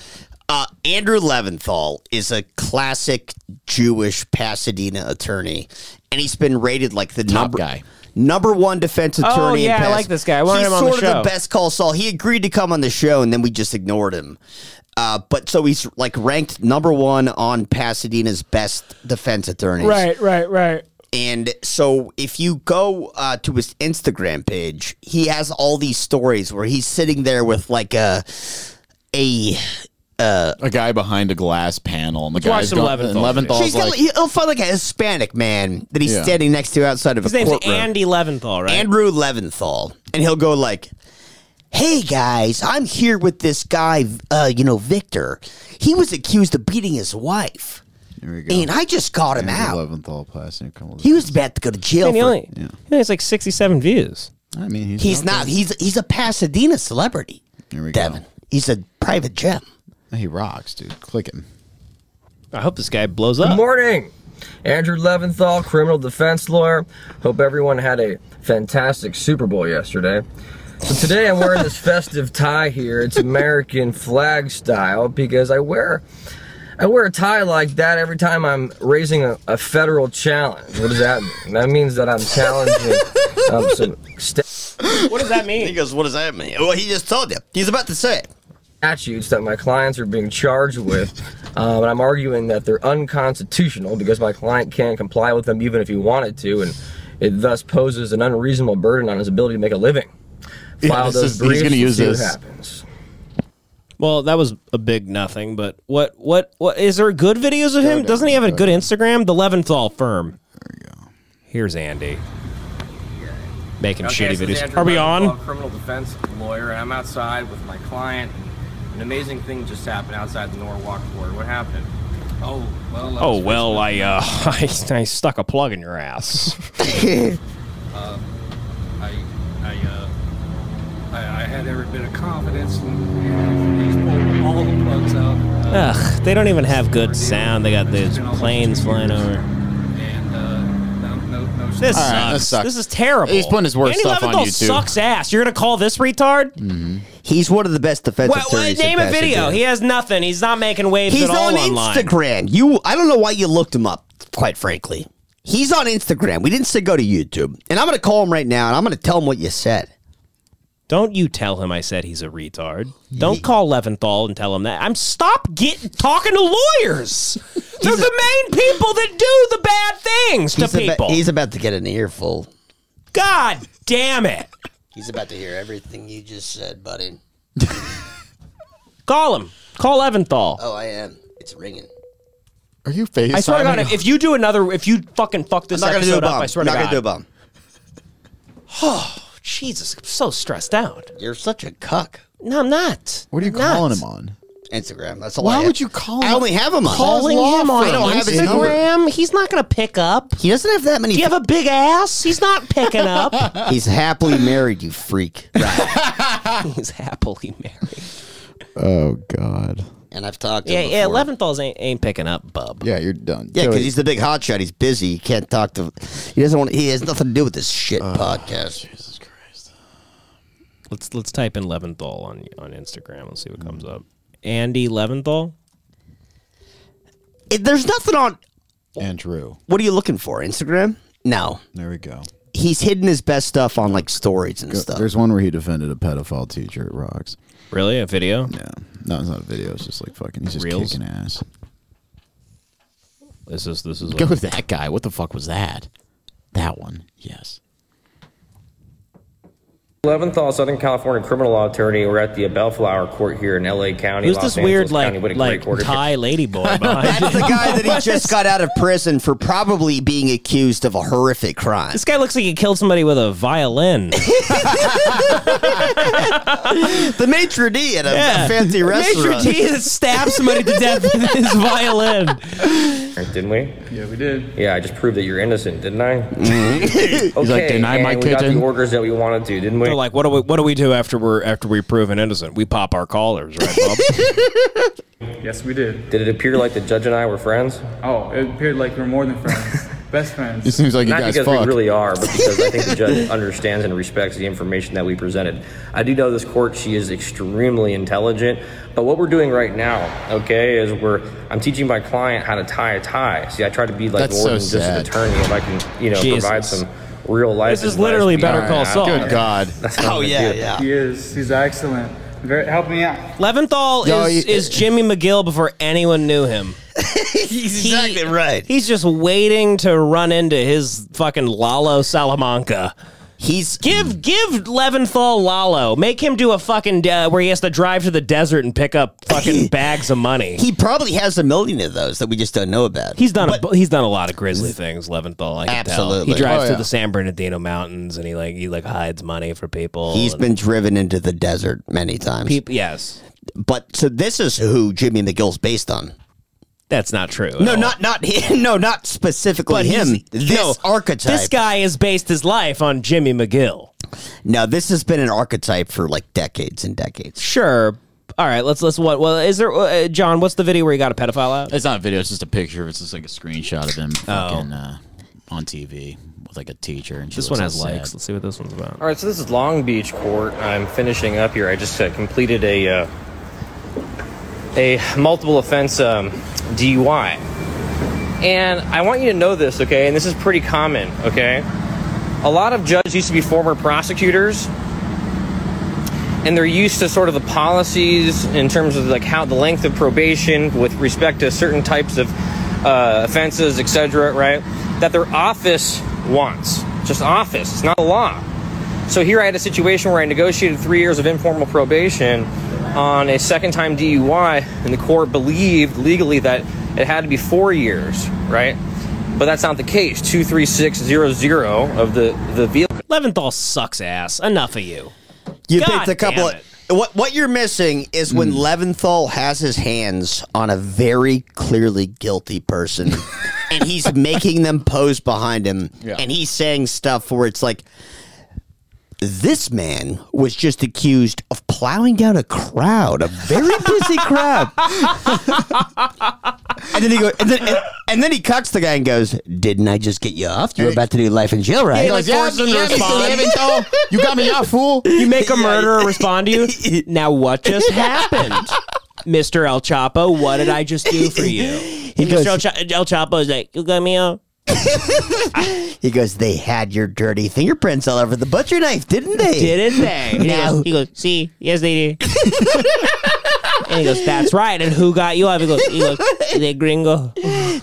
Uh, Andrew Leventhal is a classic Jewish Pasadena attorney, and he's been rated like the number
guy.
number one defense attorney. in
Oh, yeah, I
Pas-
like this guy. I want
he's
him on the
sort of
show.
the best call Saul. He agreed to come on the show, and then we just ignored him. Uh, but so he's like ranked number one on Pasadena's best defense attorneys.
right, right.
And so if you go uh, to his Instagram page, he has all these stories where he's sitting there with like a a
A guy behind a glass panel, and the
watch
guy's
some
gone,
Leventhal.
and Leventhal's
he's got,
like,
like, he'll find like a Hispanic man that he's
Yeah.
standing next to outside of
His
a
name's
courtroom.
Andy Leventhal, right?
Andrew Leventhal, and he'll go like, "Hey guys, I'm here with this guy, uh, you know, Victor. He was accused of beating his wife,
here we go.
and I just got him out.
Andrew Leventhal passing. Come on.
He was about to go to jail.
And he
For,
only, he only has like 67 views.
I mean, he's,
he's
not.
not. He's he's a Pasadena celebrity.
Here we go.
Devin. He's a private gem.
He rocks, dude. Click him.
I hope this guy blows up.
Good morning. Andrew Leventhal, criminal defense lawyer. Hope everyone had a fantastic Super Bowl yesterday. So today I'm wearing this festive tie here. It's American flag style because I wear I wear a tie like that every time I'm raising a, a federal challenge. What does that mean? That means that I'm challenging um, some sta-
What does that mean?
goes, "What does that mean?" Well, he just told you. He's about to say it.
statutes that my clients are being charged with, um, and I'm arguing that they're unconstitutional because my client can't comply with them even if he wanted to, and it thus poses an unreasonable burden on his ability to make a living. File
this
those
is- he's
briefs
gonna
and
use
see what
this.
happens.
Well, that was a big nothing, but what, what, what, is there good videos of him? Doesn't he have a good Instagram? The Leventhal firm. There we go. Here's Andy. Making shitty
so
videos.
Andrew
Are we
Leventhal,
on?
Criminal defense lawyer, and I'm outside with my client. And an amazing thing just happened outside the Norwalk court. What happened? Oh well. I
Oh,
was
well, I, uh, I, I stuck a plug in your ass.
I, I, uh, I, I had every bit of confidence, and you know, he's pulled all the plugs out. Uh,
Ugh, they don't even have good sound. They got those
It's been almost
planes
two
flying
years,
over.
And uh, no, no, no.
This
All
sucks.
right, this sucks.
This is terrible.
He's putting his worst
Andy
stuff on
Leventhal
YouTube.
sucks ass. You're gonna call this retard?
He's one of the best defense
Well, well,
attorneys. in
name a video.
Pasadena.
He has nothing. He's not making waves
He's
at all
on
online.
Instagram. You, I don't know why you looked him up. Quite frankly, he's on Instagram. We didn't say go to YouTube, and I'm going to call him right now, and I'm going to tell him what you said.
Don't you tell him I said he's a retard. Don't call Leventhal and tell him that. I'm stop get talking to lawyers. They're the main people that do the bad things to
He's, aba-
people.
he's about to get an earful.
God damn it.
He's about to hear everything you just said, buddy.
Call him. Call Leventhal.
Oh, I am. It's ringing.
Are you face?
I swear to God, if you do another, if you fucking fuck this
I'm not going to do a
episode
bomb.
up, I swear
not
to
going
God.
to do a bomb.
Jesus, I'm so stressed out.
You're such a cuck.
No, I'm not.
what are you
I'm not.
calling him on?
Instagram. That's all.
Why
I have.
would you call
I
him-
only have him on.
Calling him on
I don't have his number.
Instagram. He's not going to pick up.
He doesn't have that many.
Do you have a big ass? He's not picking up.
He's happily married. You freak.
He's happily married.
Oh God.
And I've talked. To
Yeah,
him
yeah.
before.
Leventhal's ain't, ain't picking up, bub.
Yeah, you're done.
Yeah, because
Joey,
he's the big hotshot. He's busy. He can't talk to. He doesn't want. He has nothing to do with this shit podcast.
Let's let's type in Leventhal on on Instagram. Let's see what comes up. Andy Leventhal.
It- there's nothing on.
Andrew.
What are you looking for? Instagram? No.
There we go.
He's hidden his best stuff on like stories and stuff.
There's one where he defended a pedophile teacher. It rocks.
Really, a video?
Yeah. No, it's not a video. It's just like fucking. He's just
Reels?
kicking ass.
This is this is.
Go with that guy. What the fuck was that? That one. Yes.
Leventhal, Southern California criminal law attorney. We're at the Bellflower Court here in L.A. County.
Who's
Los
this
Angeles
weird
County. What a
like
great
like
court appearance.
Thai lady boy behind?
That's the guy that he just got out of prison for probably being accused of a horrific crime.
This guy looks like he killed somebody with a violin.
The maitre d at a, a fancy restaurant.
Maitre d' that stabbed somebody to death with his violin.
right, didn't we?
Yeah, we did.
Yeah, I just proved that you're innocent, didn't I? okay,
"Deny my
and we got the
kitten."
orders that we wanted to, didn't we?
They're like, what do we what do we do after we're after we prove an innocent? We pop our collars, right, Bob?
Yes, we did.
Did it appear like the judge and I were friends?
Oh, it appeared like we're more than friends. Best friends.
It seems like you
Not
guys
because
fucked.
we really are, but because I think the judge understands and respects the information that we presented. I do know this court; she is extremely intelligent. But what we're doing right now, okay, is we're I'm teaching my client how to tie a tie. See, I try to be like
That's so
Gordon, just an
sad.
attorney, if I can, you know,
Jesus.
provide some real life.
This is
advice
literally Better Call
beyond that.
Saul.
Good God.
That's what I'm
Oh
gonna
yeah,
do.
yeah.
He is. He's excellent. Very, help me out.
Leventhal
No,
is,
he-
is Jimmy McGill before anyone knew him.
He's
He-
exactly right.
He's just waiting to run into his fucking Lalo Salamanca.
He's
Give give Leventhal Lalo. Make him do a fucking uh, where he has to drive to the desert and pick up fucking bags of money.
he probably has a million of those that we just don't know about.
He's done a, he's done a lot of grisly things, Leventhal. I can Tell.
Absolutely.
He drives
Oh,
to
yeah.
the San Bernardino Mountains and he like he like hides money for people.
He's
and
been driven into the desert many times.
peop- yes.
but so this is who Jimmy McGill's based on.
That's not true. at
No,
all.
not not him. No, not specifically
But he's-
him. This
no,
archetype.
This guy has based his life on Jimmy McGill.
No, this has been an archetype for like decades and decades.
Sure. All right, let's let's what well is there uh, John, what's the video where he got a pedophile out?
It's not a video. It's just a picture. It's just like a screenshot of him fucking uh, on TV with like a teacher. And she
This
looks
one has
all sad.
likes. Let's see what this one's about.
All right, so this is Long Beach Court. I'm finishing up here. I just uh, completed a uh, a multiple offense um, DUI, and I want you to know this, okay? And this is pretty common, okay? A lot of judges used to be former prosecutors, and they're used to sort of the policies in terms of like how the length of probation with respect to certain types of uh, offenses, etc. Right? That their office wants. Just office. It's not a law. So here I had a situation where I negotiated three years of informal probation on a second time DUI, and the court believed legally that it had to be four years, right? But that's not the case. 23600 of the, the vehicle
Leventhal sucks ass. Enough of you.
You
God
picked a couple.
damn
what what you're missing is
Hmm.
when Leventhal has his hands on a very clearly guilty person, and he's making them pose behind him, and he's saying stuff where it's like. This man was just accused of plowing down a crowd, a very busy crowd. and then he goes, and then, and, and then he cucks the guy and goes, "Didn't I just get you off? You're about to do life in jail, right?"
Hey, like, yeah,
forced him to
yeah, Mr.
respond.
Leventhal, you got me out, fool.
You make a murderer respond to you. Now what just happened? Mr. El Chapo, what did I just do for you? And
goes-
Mr. El, Cha- El Chapo is like, you got me out.
He goes, They had your dirty fingerprints all over the butcher knife, didn't they?
Didn't they? And he
No.
goes- He goes, see, yes they did. and he goes, that's right. And who got you off? He goes, he goes, the gringo,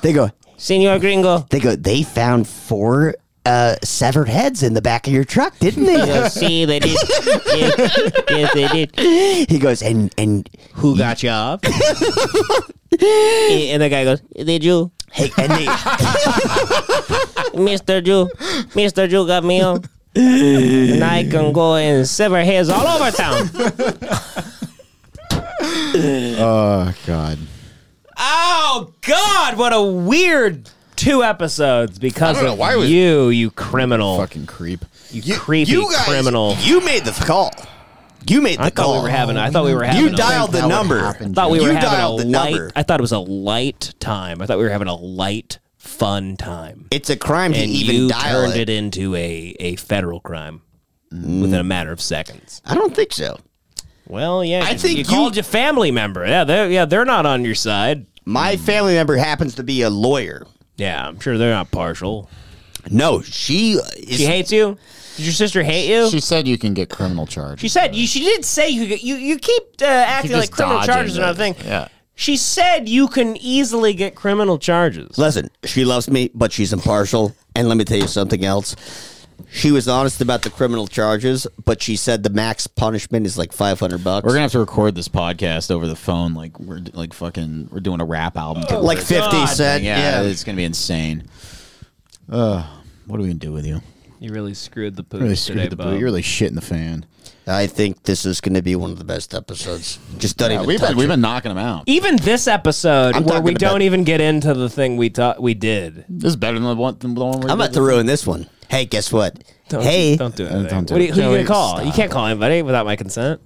They go,
Senor Gringo.
They go, They found four uh, severed heads in the back of your truck, didn't
He
they?
goes, see, they did. Yes, yes they did.
he goes, And and
Who got you off? and the guy goes, the Jew,
hey, and they
Mr. Jew, Mr. Jew got me off. And I can go and sever heads all over town.
Oh God.
Oh God! What a weird two episodes because
I don't know,
of
why was-
you, you criminal,
Fucking creep.
you, creepy criminal.
You made the call. You made the
I thought
call.
we were having. I thought we were having.
you
a-
dialed the
that would
number.
happen.
I thought we were
you
having
dialed
a
the
light.
number.
I thought it was a light time. I thought we were having a light, fun time,
It's a crime to
and
even
you
dial
turned it.
it.
into a a federal crime within a matter of seconds.
I don't think so.
Well, yeah,
I
you-
think
you
you-
called your family member. Yeah, they're, yeah, they're not on your side.
My family member happens to be a lawyer.
Yeah, I'm sure they're not partial.
No, she is.
She hates you. Did your sister hate you?
She said you can get criminal charge.
She said you. She did say you. You you keep uh, acting
Keep
like
just
criminal
dodging
charges and
it.
other thing.
Yeah.
She said you can easily get criminal charges.
Listen, she loves me, but she's impartial. And let me tell you something else. She was honest about the criminal charges, but she said the max punishment is like five hundred bucks.
We're gonna have to record this podcast over the phone, like we're d- like fucking we're doing a rap album. cover
like
or
fifty
God,
cent.
something. Oh yeah,
Yeah,
it's gonna be insane. Uh, what are we gonna do with you?
You really screwed the pooch
Really screwed
today,
the
Bob.
boot. You're really shitting the fan.
I think this is going to be one of the best episodes. Just don't
Yeah,
even
we've
touch
been we've
it.
been knocking them out.
Even this episode
I'm
where
talking
we
about-
don't even get into the thing we ta- we did.
This is better than the one. Than the one we
I'm about to ruin this one. Hey, guess what?
Don't,
hey,
don't do it.
Uh, don't do
what
it.
Are you, who you
Joey,
gonna call? You
stop.
can't call anybody without my consent.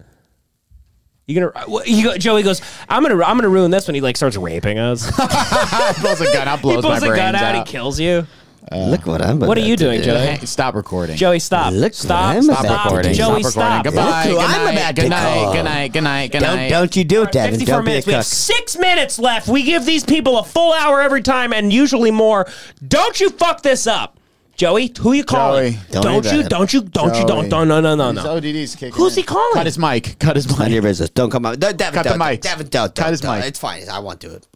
You gonna? what- You go, Joey goes. I'm gonna. I'm gonna ruin this when he like starts raping us.
blows a gun out,
he
blows my
pulls a gun
brains
out,
out.
He kills you.
look what I'm.
What are
about
you
to
doing,
do.
Joey?
Hey, Stop recording.
Joey, stop.
Look what
stop.
I'm
Stop.
about to
recording.
do.
Joey,
Stop
stop.
recording. Goodbye.
Look who
good
I'm
night,
about
good
to
night,
call.
Good night. Good night. Good
Don't
night.
don't you do it, Devin?
54
Don't be a
minutes. We have
cuck.
six minutes left. We give these people a full hour every time and usually more. Don't you fuck this up. Joey, who you calling?
Joey.
Don't
Don't,
do
you,
that.
don't you, don't you,
Joey.
don't, don't, no, no, no,
His
no.
ODD's kicking.
Who's he
in.
calling?
Cut his mic. Cut his
Mind your
mic.
business. Don't come out. No, Devin,
Cut the
don't,
mic.
Devin, don't.
Cut
don't,
his
don't.
mic.
It's fine. I won't do it.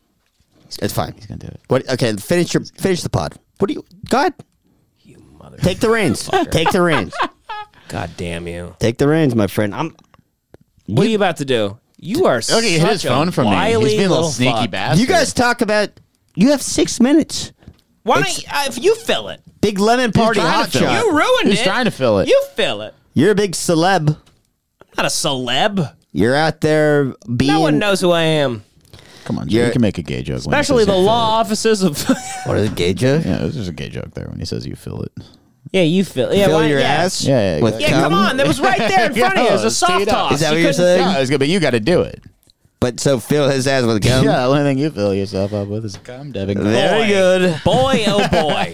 It's fine. He's
gonna do it.
What? Okay, finish your finish the pod. What do you? God,
Mother-
take the reins. take the reins.
God damn you.
Take the reins, my friend. I'm.
What are you about to do? You are such
Look, he hit his
a
phone from me. He's
wily
being a little
little
sneaky
fuck.
bastard.
You guys talk about. You have six minutes.
Why don't you, uh, if you fill it,
Big lemon party
trying
hot
to fill
you
it.
shot.
ruined
Uh, He's
it.
trying to fill it.
You fill it.
You're a big celeb.
I'm not a celeb.
You're out there being.
No one knows who I am.
Come on, Joey.
You're-
You can make a gay joke. when he
Especially
says
the
you fill
law offices of.
What is it, gay joke?
it. Yeah, there's a gay joke there when he says you fill it.
yeah, you fill. Yeah,
Fill
why,
your
yeah.
ass.
Yeah, yeah,
with
Yeah, come
cum?
on. That was right there in front of you. It was a soft toss.
Is that what
You
you're
couldn't-
saying?
Yeah, it's good, but you got to do it.
But so fill his ass with
Yeah,
cum.
the only thing you fill yourself up with is cum, Devin.
Very
Boy.
good.
Boy, oh boy.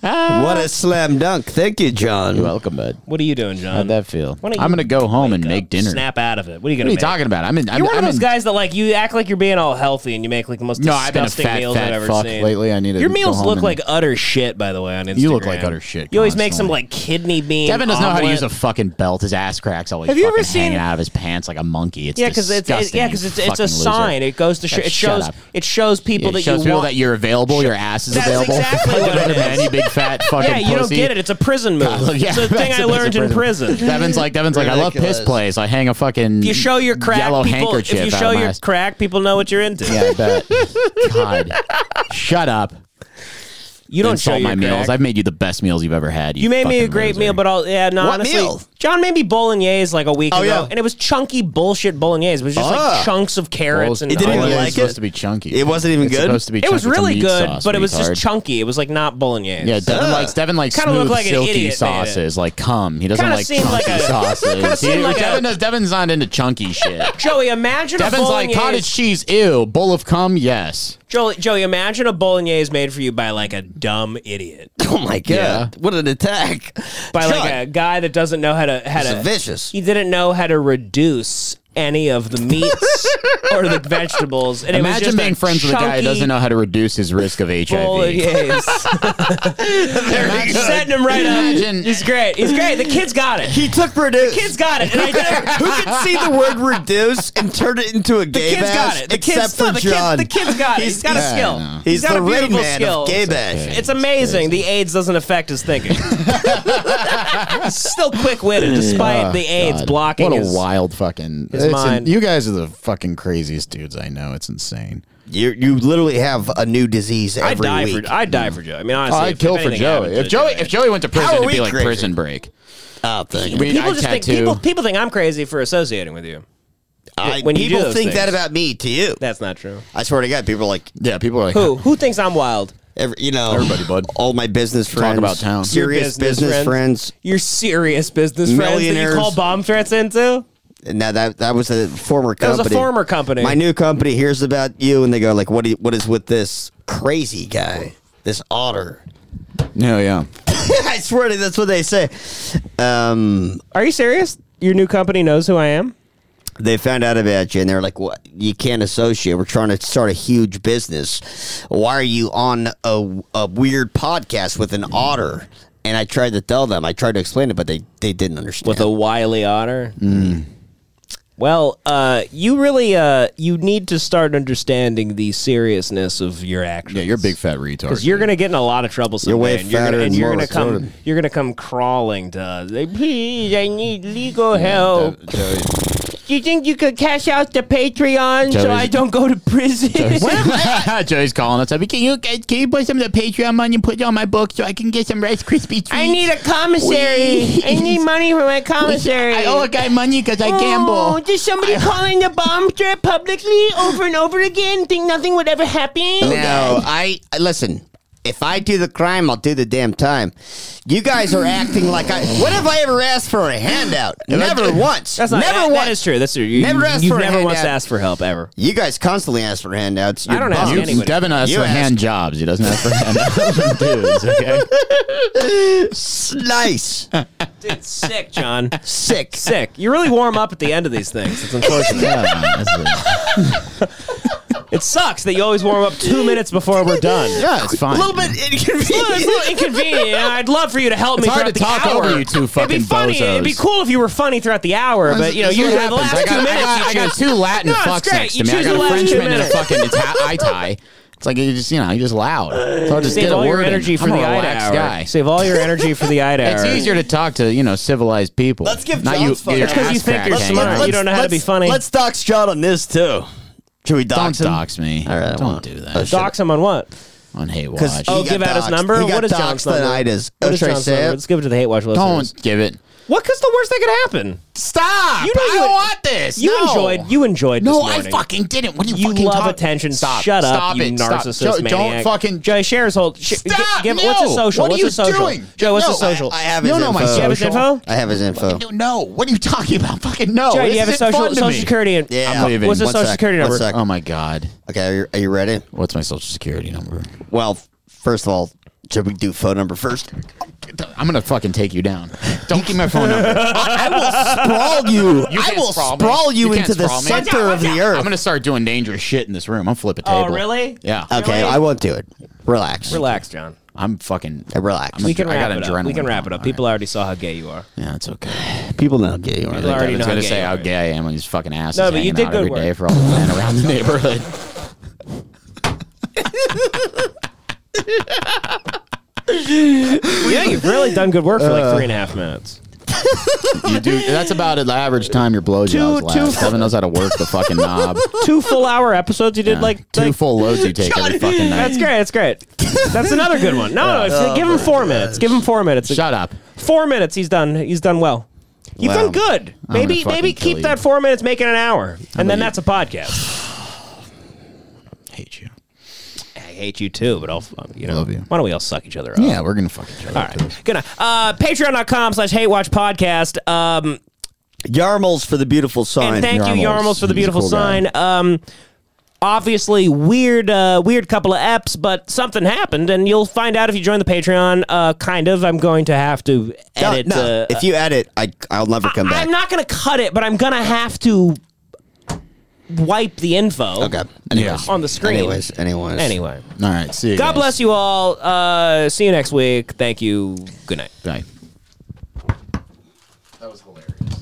What a slam dunk. Thank you,
You're
John.
welcome, bud.
What are you doing, John?
How'd that feel?
Why don't
I'm
you
gonna go home and
Wake
make
up,
dinner. What
Snap out of it. What are you
are
gonna?
you
make?
talking about? I'm in. I'm,
You're one
I'm
of those
in-
guys that like you act like you're being all healthy and you make like the most
No, I've been a
disgusting
fat,
meals I've
fat
ever
fuck
seen.
lately. I need to
Your
go
meals
home
look
and-
like utter shit, by the way, on Instagram.
You look like utter shit
You always make some
constantly.
like kidney bean.
Devin doesn't know how to use a
omelet.
fucking belt. His ass cracks always.
Have you ever
fucking hanging
seen-
out of his pants like a monkey? It's
Yeah, because it's it,
disgusting,
yeah,
you
because it's it's a
fucking loser.
sign. It goes to show
Yeah,
it
shut
shows
up.
it shows people
Yeah,
that
shows
you
people
want.
that you're available. Your ass is
That's
available.
exactly what it
Other than
is.
You big fat fucking.
yeah, you don't
pussy.
get it. It's a prison move.
God, look, yeah,
it's a
that's
thing I
a- that's a
learned in prison.
Devin's like Devin's like I love piss
Ridiculous.
plays. I hang a fucking
If you show your crack,
yellow
people, if
handkerchief
you
out
show
of my
your
ass.
crack, people know what you're into.
Yeah, I bet. God, shut up.
you don't show
Insult
your
my meals.
crack.
I've made you the best meals you've ever had. You,
You made me a
fucking
great
loser.
meal, but all yeah, no,
What
honestly,
meal?
John made me bolognese like a week
Oh,
ago,
yeah.
and it was chunky bullshit bolognese. It was just like
Ah.
chunks of carrots and
It didn't
all
even
that.
It's
like
supposed
it?
to be chunky.
It wasn't even
It's
good?
supposed to be.
It was
chunky. It's a
really
meat
good,
sauce,
but it was just
retard.
chunky. It was like not bolognese.
Yeah, Devin likes Devin likes
Kinda look
smooth,
like an
silky
idiot,
sauces, like cum. He doesn't
Kinda
like
seemed
chunky
like a- kinda
sauces. He-
seemed like a-
Devin does. Devin's not into chunky shit.
Joey, imagine a
Devin's like
bolognese.
cottage cheese. Ew, bowl of cum. Yes.
Joey, Joey, imagine a bolognese made for you by like a dumb idiot,
Oh my god!
Yeah.
What an attack!
by
John,
like a guy that doesn't know how to how
this
to
is vicious.
He didn't know how to reduce any of the meats or the vegetables. And it was
Imagine
just
being
a
friends with a guy who
chunky
doesn't know how to reduce his risk of HIV.
Bolognese.
Imagine-
setting him right
Imagine-
up. He's great. He's great. The kid's got it.
He took reduce.
The kid's got it. And I never-
Who can see the word reduce and turn it into a
the
gay
kid's
bash?
got it. The
except
kid's,
for
no, the,
John.
Kid, the kid's got it. He's got a
Yeah, I
skill.
know.
He's
got a
the
beautiful
Rain Man
skill.
of gay bash.
It's amazing. The AIDS doesn't affect his thinking. Still quick witted, despite the AIDS
Oh, God.
blocking
What a
his.
wild fucking. it's
his
in-
mind.
you guys are the fucking craziest dudes I know. It's insane.
You you literally have a new disease
I
every
die
week.
for. I die for Joey. I mean, honestly,
Oh, I'd
if-
kill
if
for
anything
Joey.
happened to
If Joey, if Joey went to prison,
How are
it'd be
we
like
crazy?
Prison Break.
Oh, thank you.
We-
people
I'd
just think
tattoo-
people people think I'm crazy for associating with you.
I-
when you do
people
those
think that
things.
about me to you.
That's not true.
I swear to God, people are like
Yeah, people are like,
Who who thinks I'm wild?
every, you know
Everybody, bud.
All my business friends,
about town.
Your
serious business, friends.
Your serious business friends that you
Millionaires.
call bomb threats into?
Now that that was a former
That
company.
was a former company.
My new company hears about you and they go like, "What? Do you, what is with this crazy guy? This otter?"
No, yeah.
I swear to you, that's what they say. Um,
Are you serious? Your new company knows who I am?
they found out about you and they're like, "What? You can't associate. We're trying to start a huge business. Why are you on a, a weird podcast with an otter?" And I tried to tell them. I tried to explain it, but they they didn't understand.
With a wily otter? Well, uh, you really uh, you need to start understanding the seriousness of your actions.
Yeah, you're a big fat retard.
Because you're gonna get in a lot of trouble someday.
way
and you're
fatter
gonna, and
and
you're
more
gonna come.
retarded.
You're gonna come crawling to us. Like, Please, I need legal help.
Joey,
you think you could cash out the Patreon
Joey's-
so I don't go to prison?
Joey's calling us up. Can you guys- can you put some of the Patreon money and put it on my book so I can get some Rice Krispie treats?
I need a commissary. I need money for my commissary.
I owe a guy money because I gamble.
Oh, just somebody calling the bomb threat publicly over and over again, think nothing would ever happen.
No, I I- listen. If I do the crime, I'll do the damn time. You guys are acting like I. What have I ever asked for a handout? Never once.
That's not,
never
that,
once.
That is true. That's true. You,
Never asked
you've
for a
never once
handout.
asked for help ever.
You guys constantly ask for handouts.
I don't ask
bums.
anybody.
Devin asks
You
for
asked-
hand jobs. He doesn't ask for hand dudes. Okay.
Slice.
Dude, sick, John.
Sick.
Sick. You really warm up at the end of these things. It's unfortunate.
Yeah, that's it.
It sucks that you always warm up two minutes before we're done.
yeah, it's
A
fine.
little bit
Well, it's a
inconvenient.
little inconvenient. and I'd love for you to help
It's
me
hard
throughout
to
the
talk
hour.
over you two
It'd
fucking
be funny. It'd be
bozos.
cool if you were funny throughout the hour, but you know,
That's
you
what
have the
happens.
last
I got,
two minutes.
I got,
you
I got
choose-
two Latin
No, it's
fucks
great.
next
You
to me. I
choose
got
the
a
last two
Frenchman and a
minutes.
fucking Ita- eye tie. It's like you just you know you're just loud. It's hard to
Save
get a
all your
word in.
energy for
I'm a
the eye
relaxed
hour.
guy.
Save all your energy for the eye hour.
It's easier to talk to you know civilized people.
Let's give
not
John's
you.
fucking-
your
It's 'cause
you
ass
think
crack
you're
hanging
smart.
out.
You don't know how to be
let's-
funny.
Let's dox John on this too. Should we
Don't
dox him?
dox me.
All right, I
don't
won't.
do
Oh,
that
shit.
Dox him on what?
on Hate
'Cause
Watch.
he
Oh,
got
give out his
doxed.
number?
He got
What is John's number? What
doxed-initis.
is
Oh, should I
John's
say
number?
it?
Let's give it to the Hate Watch listeners.
Don't give it.
What? Because the worst that could happen.
Stop!
You know
I
you-
don't want this.
You
No.
enjoyed. You enjoyed.
No,
this
I
morning.
fucking didn't. What do you,
You
fucking
love
talk-
attention.
Stop.
Shut up,
Stop
you
it.
narcissist
Stop. Joe-
maniac.
Don't fucking.
Joey, share his whole. Sh-
Stop.
Give,
no.
What's his social?
What
what's
are you
his social?
doing?
Joey, what's
no,
his social?
I- I have his
You don't know my
info.
Do you have his
social.
info?
I have his info.
No, no. What are you talking about? Fucking no.
Joey, do
This
you have his
isn't
social
fun to
social
me.
security? and-
Yeah.
I'm leaving.
What's his
One
social
sec.
security
One
number?
sec.
Oh my god.
Okay, are you, are you ready?
What's my social security number?
Well, f- first of all, should we do phone number first?
I'm gonna fucking take you down. Don't give my phone number.
I will sprawl you.
You
I
can't
will
sprawl
sprawl,
me.
you,
You can't
into the
sprawl me.
center of the
I'm
earth.
gonna start doing dangerous shit in this room. I'm flipping
Oh,
table.
really?
Yeah.
okay, I won't do it. Relax.
Relax, John.
I'm fucking.
Uh, Relax.
We can
I
wrap
got
it up. We
adrenaline
can wrap it
going.
up. People already saw how gay you are.
Yeah, it's okay.
People know how gay you are.
People already
I was
know how
gonna
gay
say
you
how
are.
gay I am when these fucking asses
No,
no,
but
but
you did
out
good
every
work.
day for all the men around the neighborhood.
Yeah, you've really done good work for like three and a half minutes.
You do. That's about the average time your blowjobs
Two- two-
last. Kevin knows how to work the fucking knob.
Two full hour episodes. You did
Yeah.
like
two
like-
full loads you take every fucking night.
That's great. That's great. That's another good one. No, no. It's, give
Oh,
him four minutes. Give him four minutes.
Shut up.
Four minutes. He's done. He's done well. You've
Wow.
done good. Maybe
gonna
maybe
fucking
keep
kill
that
you.
four minutes, make it an hour, and then that's a podcast.
Hate you.
I hate you too, but I'll um, you know.
Love you.
Why don't we all suck each other up?
Yeah, we're gonna fucking. Try
Oh. All right. Good night. Uh, Patreon.com slash Hate Watch Podcast. Um,
Yarmul's for the beautiful sign.
and thank you,
Yarmul's.
Yarmals, for the
He's a
beautiful
cool guy.
sign. Um, obviously, weird, uh, weird couple of eps, but something happened, and you'll find out if you join the Patreon. Uh, kind of. I'm going to have to
No,
edit.
no,
uh,
if you edit, I, I'll never come back.
I'm not going to cut it, but I'm going to have to wipe the info.
okay. Anyways.
On the screen.
Anyways. Anyways.
Anyway.
All right. See you.
God
guys.
bless you all. Uh, see you next week. Thank you. Good night.
Bye. That was hilarious.